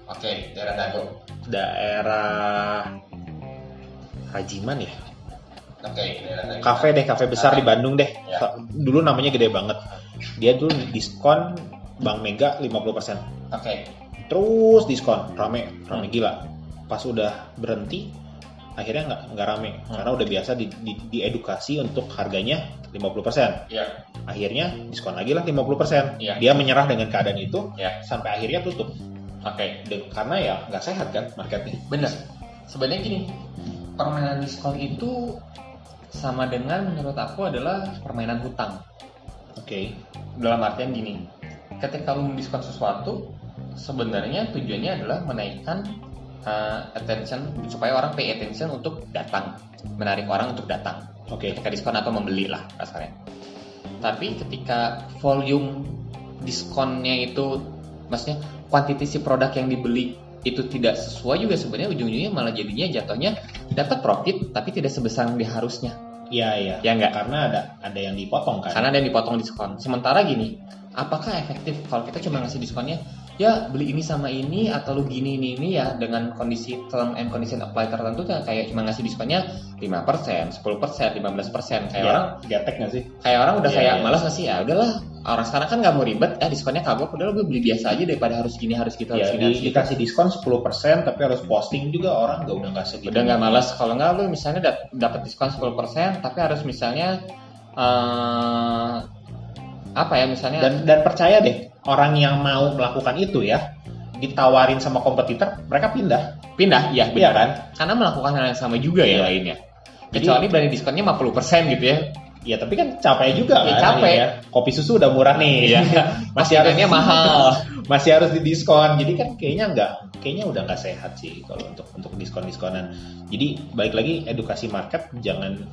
[SPEAKER 1] Oke, daerah Dago.
[SPEAKER 2] daerah Hajiman ya
[SPEAKER 1] Oke, daerah Dago.
[SPEAKER 2] kafe deh kafe besar di Bandung deh
[SPEAKER 1] Ya.
[SPEAKER 2] So- dulu namanya gede banget dia dulu diskon Bank Mega 50%
[SPEAKER 1] Oke.
[SPEAKER 2] terus diskon rame rame
[SPEAKER 1] Hmm.
[SPEAKER 2] gila pas udah berhenti akhirnya nggak nggak rame
[SPEAKER 1] Hmm.
[SPEAKER 2] karena udah biasa di, di, diedukasi untuk harganya 50%
[SPEAKER 1] Iya.
[SPEAKER 2] akhirnya diskon lagi lah 50%
[SPEAKER 1] Iya.
[SPEAKER 2] dia menyerah dengan keadaan itu
[SPEAKER 1] Iya.
[SPEAKER 2] sampai akhirnya tutup
[SPEAKER 1] Oke.
[SPEAKER 2] Dan- karena ya nggak sehat kan marketnya
[SPEAKER 1] Bener. Sebenarnya gini, permainan diskon itu sama dengan menurut aku adalah permainan hutang.
[SPEAKER 2] Oke.
[SPEAKER 1] dalam artian gini ketika lu mendiskon sesuatu sebenarnya tujuannya adalah menaikkan uh, attention supaya orang pay attention untuk datang menarik orang untuk datang
[SPEAKER 2] Oke.
[SPEAKER 1] ketika diskon atau membeli lah kasarnya tapi ketika volume diskonnya itu maksudnya kuantiti si produk yang dibeli itu tidak sesuai juga sebenarnya ujung-ujungnya malah jadinya jatuhnya dapat profit tapi tidak sebesar yang diharusnya
[SPEAKER 2] Iya iya.
[SPEAKER 1] ya enggak
[SPEAKER 2] Karena ada ada yang dipotong kan.
[SPEAKER 1] karena ada yang dipotong diskon. Sementara gini, apakah efektif kalau kita cuma ngasih diskonnya? Ya beli ini sama ini atau lu gini ini ini ya dengan kondisi term and condition apply tertentu kan kayak cuma ngasih diskonnya 5%, 10%, 15% kayak
[SPEAKER 2] Iya,
[SPEAKER 1] orang
[SPEAKER 2] gatek nggak sih?
[SPEAKER 1] kayak orang udah
[SPEAKER 2] Iya,
[SPEAKER 1] kayak
[SPEAKER 2] iya.
[SPEAKER 1] malas ngasih ya udahlah orang sekarang kan nggak mau ribet ya diskonnya kagok udah lebih beli biasa aja daripada harus gini harus gitu harus
[SPEAKER 2] Ya,
[SPEAKER 1] gini
[SPEAKER 2] di-
[SPEAKER 1] harus gitu.
[SPEAKER 2] dikasih diskon 10% tapi harus posting juga orang nggak udah nggak segitu.
[SPEAKER 1] udah nggak malas kalau nggak lu misalnya dap- dapat diskon 10% tapi harus misalnya eh, apa ya misalnya
[SPEAKER 2] Dan dan percaya deh, orang yang mau melakukan itu ya ditawarin sama kompetitor, mereka pindah.
[SPEAKER 1] pindah ya
[SPEAKER 2] Iya
[SPEAKER 1] benar
[SPEAKER 2] kan?
[SPEAKER 1] karena melakukan hal yang sama juga ya
[SPEAKER 2] Iya.
[SPEAKER 1] lainnya.
[SPEAKER 2] Jadi-
[SPEAKER 1] Kecuali berani diskonnya 50% gitu ya.
[SPEAKER 2] Ya tapi kan capek juga
[SPEAKER 1] Ya,
[SPEAKER 2] kan.
[SPEAKER 1] capek. Iya.
[SPEAKER 2] ya. Kopi susu udah murah nih. Iya,
[SPEAKER 1] Masih harganya mahal.
[SPEAKER 2] masih harus didiskon jadi kan kayaknya nggak kayaknya udah nggak sehat sih kalau untuk untuk diskon diskonan jadi balik lagi edukasi market jangan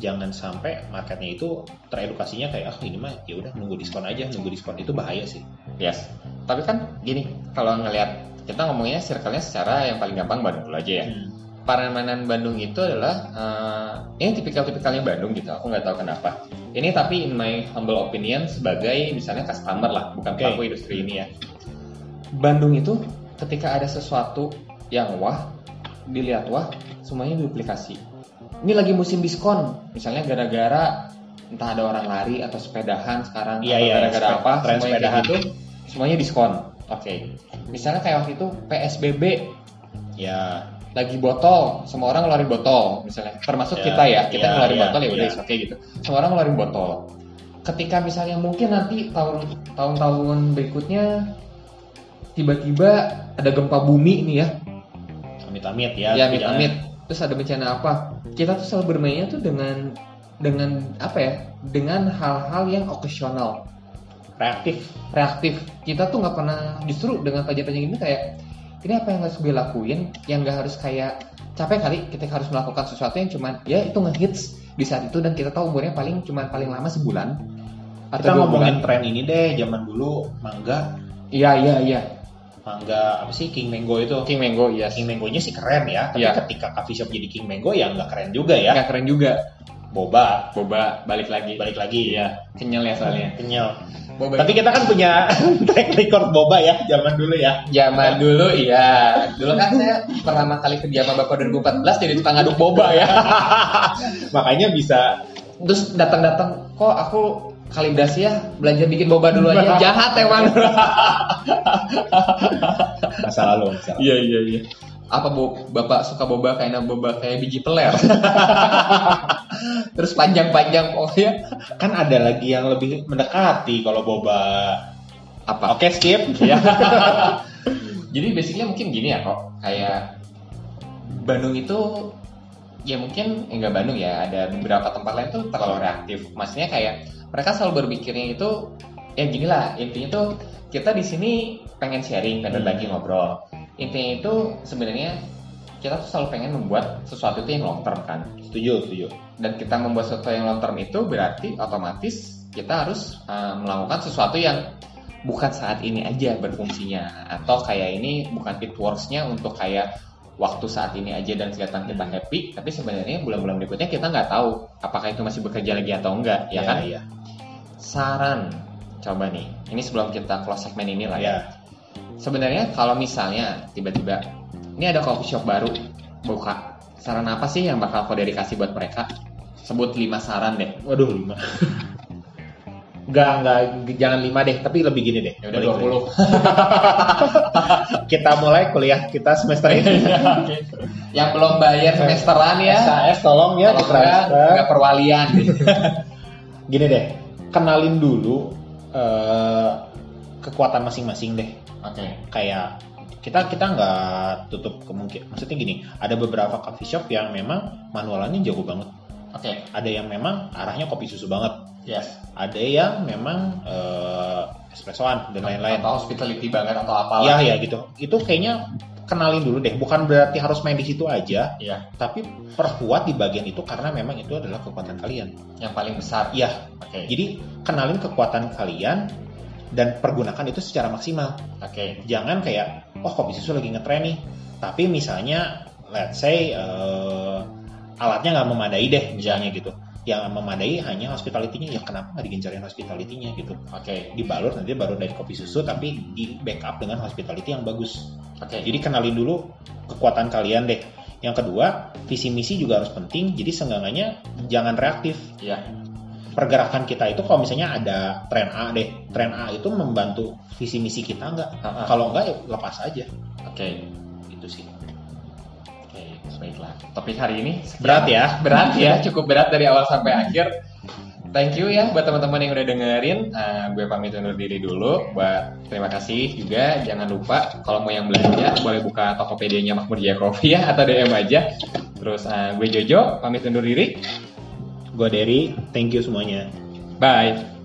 [SPEAKER 2] jangan sampai marketnya itu teredukasinya kayak ah ini mah ya udah nunggu diskon aja nunggu diskon itu bahaya sih
[SPEAKER 1] Yes. Tapi kan gini, kalau ngelihat kita ngomongnya circle-nya secara yang paling gampang Bandung dulu aja ya. Paramanan Bandung itu adalah eh, ini tipikal-tipikalnya Bandung gitu. Aku nggak tahu kenapa. Ini tapi in my humble opinion sebagai misalnya customer lah, bukan
[SPEAKER 2] Oke.
[SPEAKER 1] pelaku industri ini ya. Bandung itu ketika ada sesuatu yang wah dilihat wah semuanya duplikasi ini lagi musim diskon misalnya gara-gara entah ada orang lari atau sepedahan sekarang
[SPEAKER 2] Iya,
[SPEAKER 1] atau
[SPEAKER 2] iya,
[SPEAKER 1] gara-gara
[SPEAKER 2] sepe-
[SPEAKER 1] apa
[SPEAKER 2] tren
[SPEAKER 1] semuanya kayak
[SPEAKER 2] sepedahan.
[SPEAKER 1] gitu semuanya diskon oke misalnya kayak waktu itu PSBB
[SPEAKER 2] ya
[SPEAKER 1] lagi botol semua orang ngeluarin botol misalnya termasuk
[SPEAKER 2] Ya,
[SPEAKER 1] kita ya kita
[SPEAKER 2] ya,
[SPEAKER 1] ngeluarin
[SPEAKER 2] ya,
[SPEAKER 1] botol ya udah
[SPEAKER 2] ya.
[SPEAKER 1] it's okay gitu semua orang ngeluarin botol ketika misalnya mungkin nanti tahun tahun-tahun berikutnya tiba-tiba ada gempa bumi nih ya
[SPEAKER 2] amit amit ya
[SPEAKER 1] ya amit
[SPEAKER 2] tapi jangan-
[SPEAKER 1] amit terus ada bencana apa kita tuh selalu bermainnya tuh dengan dengan apa ya dengan hal-hal yang occasional
[SPEAKER 2] reaktif
[SPEAKER 1] reaktif kita tuh nggak pernah justru dengan pajak-pajak ini kayak ini apa yang harus gue lakuin yang nggak harus kayak capek kali kita harus melakukan sesuatu yang cuman ya itu ngehits di saat itu dan kita tahu umurnya paling cuman paling lama sebulan atau
[SPEAKER 2] kita
[SPEAKER 1] dua
[SPEAKER 2] ngomongin
[SPEAKER 1] bulan.
[SPEAKER 2] tren ini deh zaman dulu mangga
[SPEAKER 1] iya iya iya
[SPEAKER 2] mangga apa sih king mango itu
[SPEAKER 1] King Mango yes
[SPEAKER 2] king mangonya sih keren ya tapi
[SPEAKER 1] Iya.
[SPEAKER 2] ketika coffee shop jadi king mango ya nggak keren juga
[SPEAKER 1] Nggak
[SPEAKER 2] ya
[SPEAKER 1] Iya, keren juga
[SPEAKER 2] boba
[SPEAKER 1] boba balik lagi
[SPEAKER 2] balik lagi ya
[SPEAKER 1] kenyal ya soalnya
[SPEAKER 2] kenyal
[SPEAKER 1] boba
[SPEAKER 2] Tapi kita kan punya track record boba ya zaman dulu ya.
[SPEAKER 1] Zaman dulu iya. Dulu kan saya pertama kali ke Diama Bapak 2014 jadi tukang aduk boba ya.
[SPEAKER 2] Makanya bisa
[SPEAKER 1] Terus datang-datang kok aku kalibrasi ya belanja bikin boba dulu aja jahat emang.
[SPEAKER 2] masa lalu. masa lalu.
[SPEAKER 1] Iya iya iya. Apa bo- bapak suka boba kayaknya boba kayak biji peler. Terus panjang-panjang pokoknya.
[SPEAKER 2] Kan ada lagi yang lebih mendekati kalau boba.
[SPEAKER 1] Apa?
[SPEAKER 2] Oke skip.
[SPEAKER 1] Ya. jadi basicnya mungkin gini ya kok kayak Bandung itu ya mungkin enggak Bandung ya ada beberapa tempat lain tuh terlalu reaktif maksudnya kayak mereka selalu berpikirnya itu ya gini lah intinya tuh kita di sini pengen sharing pengen berbagi ngobrol intinya itu sebenarnya kita tuh selalu pengen membuat sesuatu itu yang long term kan
[SPEAKER 2] Setuju, setuju.
[SPEAKER 1] dan kita membuat sesuatu yang long term itu berarti otomatis kita harus uh, melakukan sesuatu yang bukan saat ini aja berfungsinya atau kayak ini bukan it works-nya untuk kayak waktu saat ini aja dan kelihatan kita happy tapi sebenarnya bulan-bulan berikutnya kita nggak tahu apakah itu masih bekerja lagi atau enggak ya, kan
[SPEAKER 2] Iya.
[SPEAKER 1] saran coba nih ini sebelum kita close segmen ini lah ya
[SPEAKER 2] Iya.
[SPEAKER 1] sebenarnya kalau misalnya tiba-tiba ini ada coffee shop baru buka saran apa sih yang bakal kau kasih buat mereka sebut 5 saran deh
[SPEAKER 2] Waduh, lima. Enggak, enggak, jangan lima deh, tapi lebih gini deh.
[SPEAKER 1] ya udah
[SPEAKER 2] Balik
[SPEAKER 1] 20
[SPEAKER 2] lagi. Kita mulai kuliah kita semester ini.
[SPEAKER 1] yang belum bayar semesteran ya
[SPEAKER 2] SKS tolong ya,
[SPEAKER 1] kalau enggak
[SPEAKER 2] ditransfer.
[SPEAKER 1] enggak perwalian
[SPEAKER 2] Iya. Gini deh, kenalin dulu eh, kekuatan masing-masing deh.
[SPEAKER 1] oke
[SPEAKER 2] kayak kita kita nggak tutup kemungkinan maksudnya gini ada beberapa coffee shop yang memang manualannya jago banget
[SPEAKER 1] oke
[SPEAKER 2] ada yang memang arahnya kopi susu banget Yes. Ada yang memang eh, espressoan dan lain-lain.
[SPEAKER 1] atau hospitality banget atau apalah
[SPEAKER 2] Iya ya gitu. Itu kayaknya kenalin dulu deh. Bukan berarti harus main di situ aja,
[SPEAKER 1] Iya.
[SPEAKER 2] tapi perkuat di bagian itu karena memang itu adalah kekuatan kalian.
[SPEAKER 1] yang paling besar
[SPEAKER 2] Iya.
[SPEAKER 1] oke
[SPEAKER 2] Jadi kenalin kekuatan kalian dan pergunakan itu secara maksimal.
[SPEAKER 1] oke
[SPEAKER 2] jangan kayak oh kopi susu lagi ngetren nih tapi misalnya let's say eh, alatnya nggak memadai deh misalnya gitu yang memadai hanya hospitality-nya ya kenapa nggak digencarin hospitality-nya gitu
[SPEAKER 1] oke
[SPEAKER 2] dibalur nanti baru dari kopi susu tapi di backup dengan hospitality yang bagus
[SPEAKER 1] oke
[SPEAKER 2] jadi kenalin dulu kekuatan kalian deh yang kedua visi misi juga harus penting jadi senggangannya jangan reaktif
[SPEAKER 1] Iya.
[SPEAKER 2] pergerakan kita itu kalau misalnya ada tren A deh tren A itu membantu visi misi kita nggak
[SPEAKER 1] Ha-ha.
[SPEAKER 2] kalau nggak ya lepas aja
[SPEAKER 1] oke
[SPEAKER 2] itu sih
[SPEAKER 1] oke baiklah topik hari ini sekian.
[SPEAKER 2] berat ya
[SPEAKER 1] berat ya cukup berat dari awal sampai akhir thank you ya buat teman-teman yang udah dengerin Eh, gue pamit undur diri dulu buat terima kasih juga jangan lupa kalau mau yang belanja boleh buka tokopedia-nya Makmur Jaya Coffee ya atau DM aja terus ah, eh, gue Jojo pamit undur diri
[SPEAKER 2] gue Derry thank you semuanya
[SPEAKER 1] bye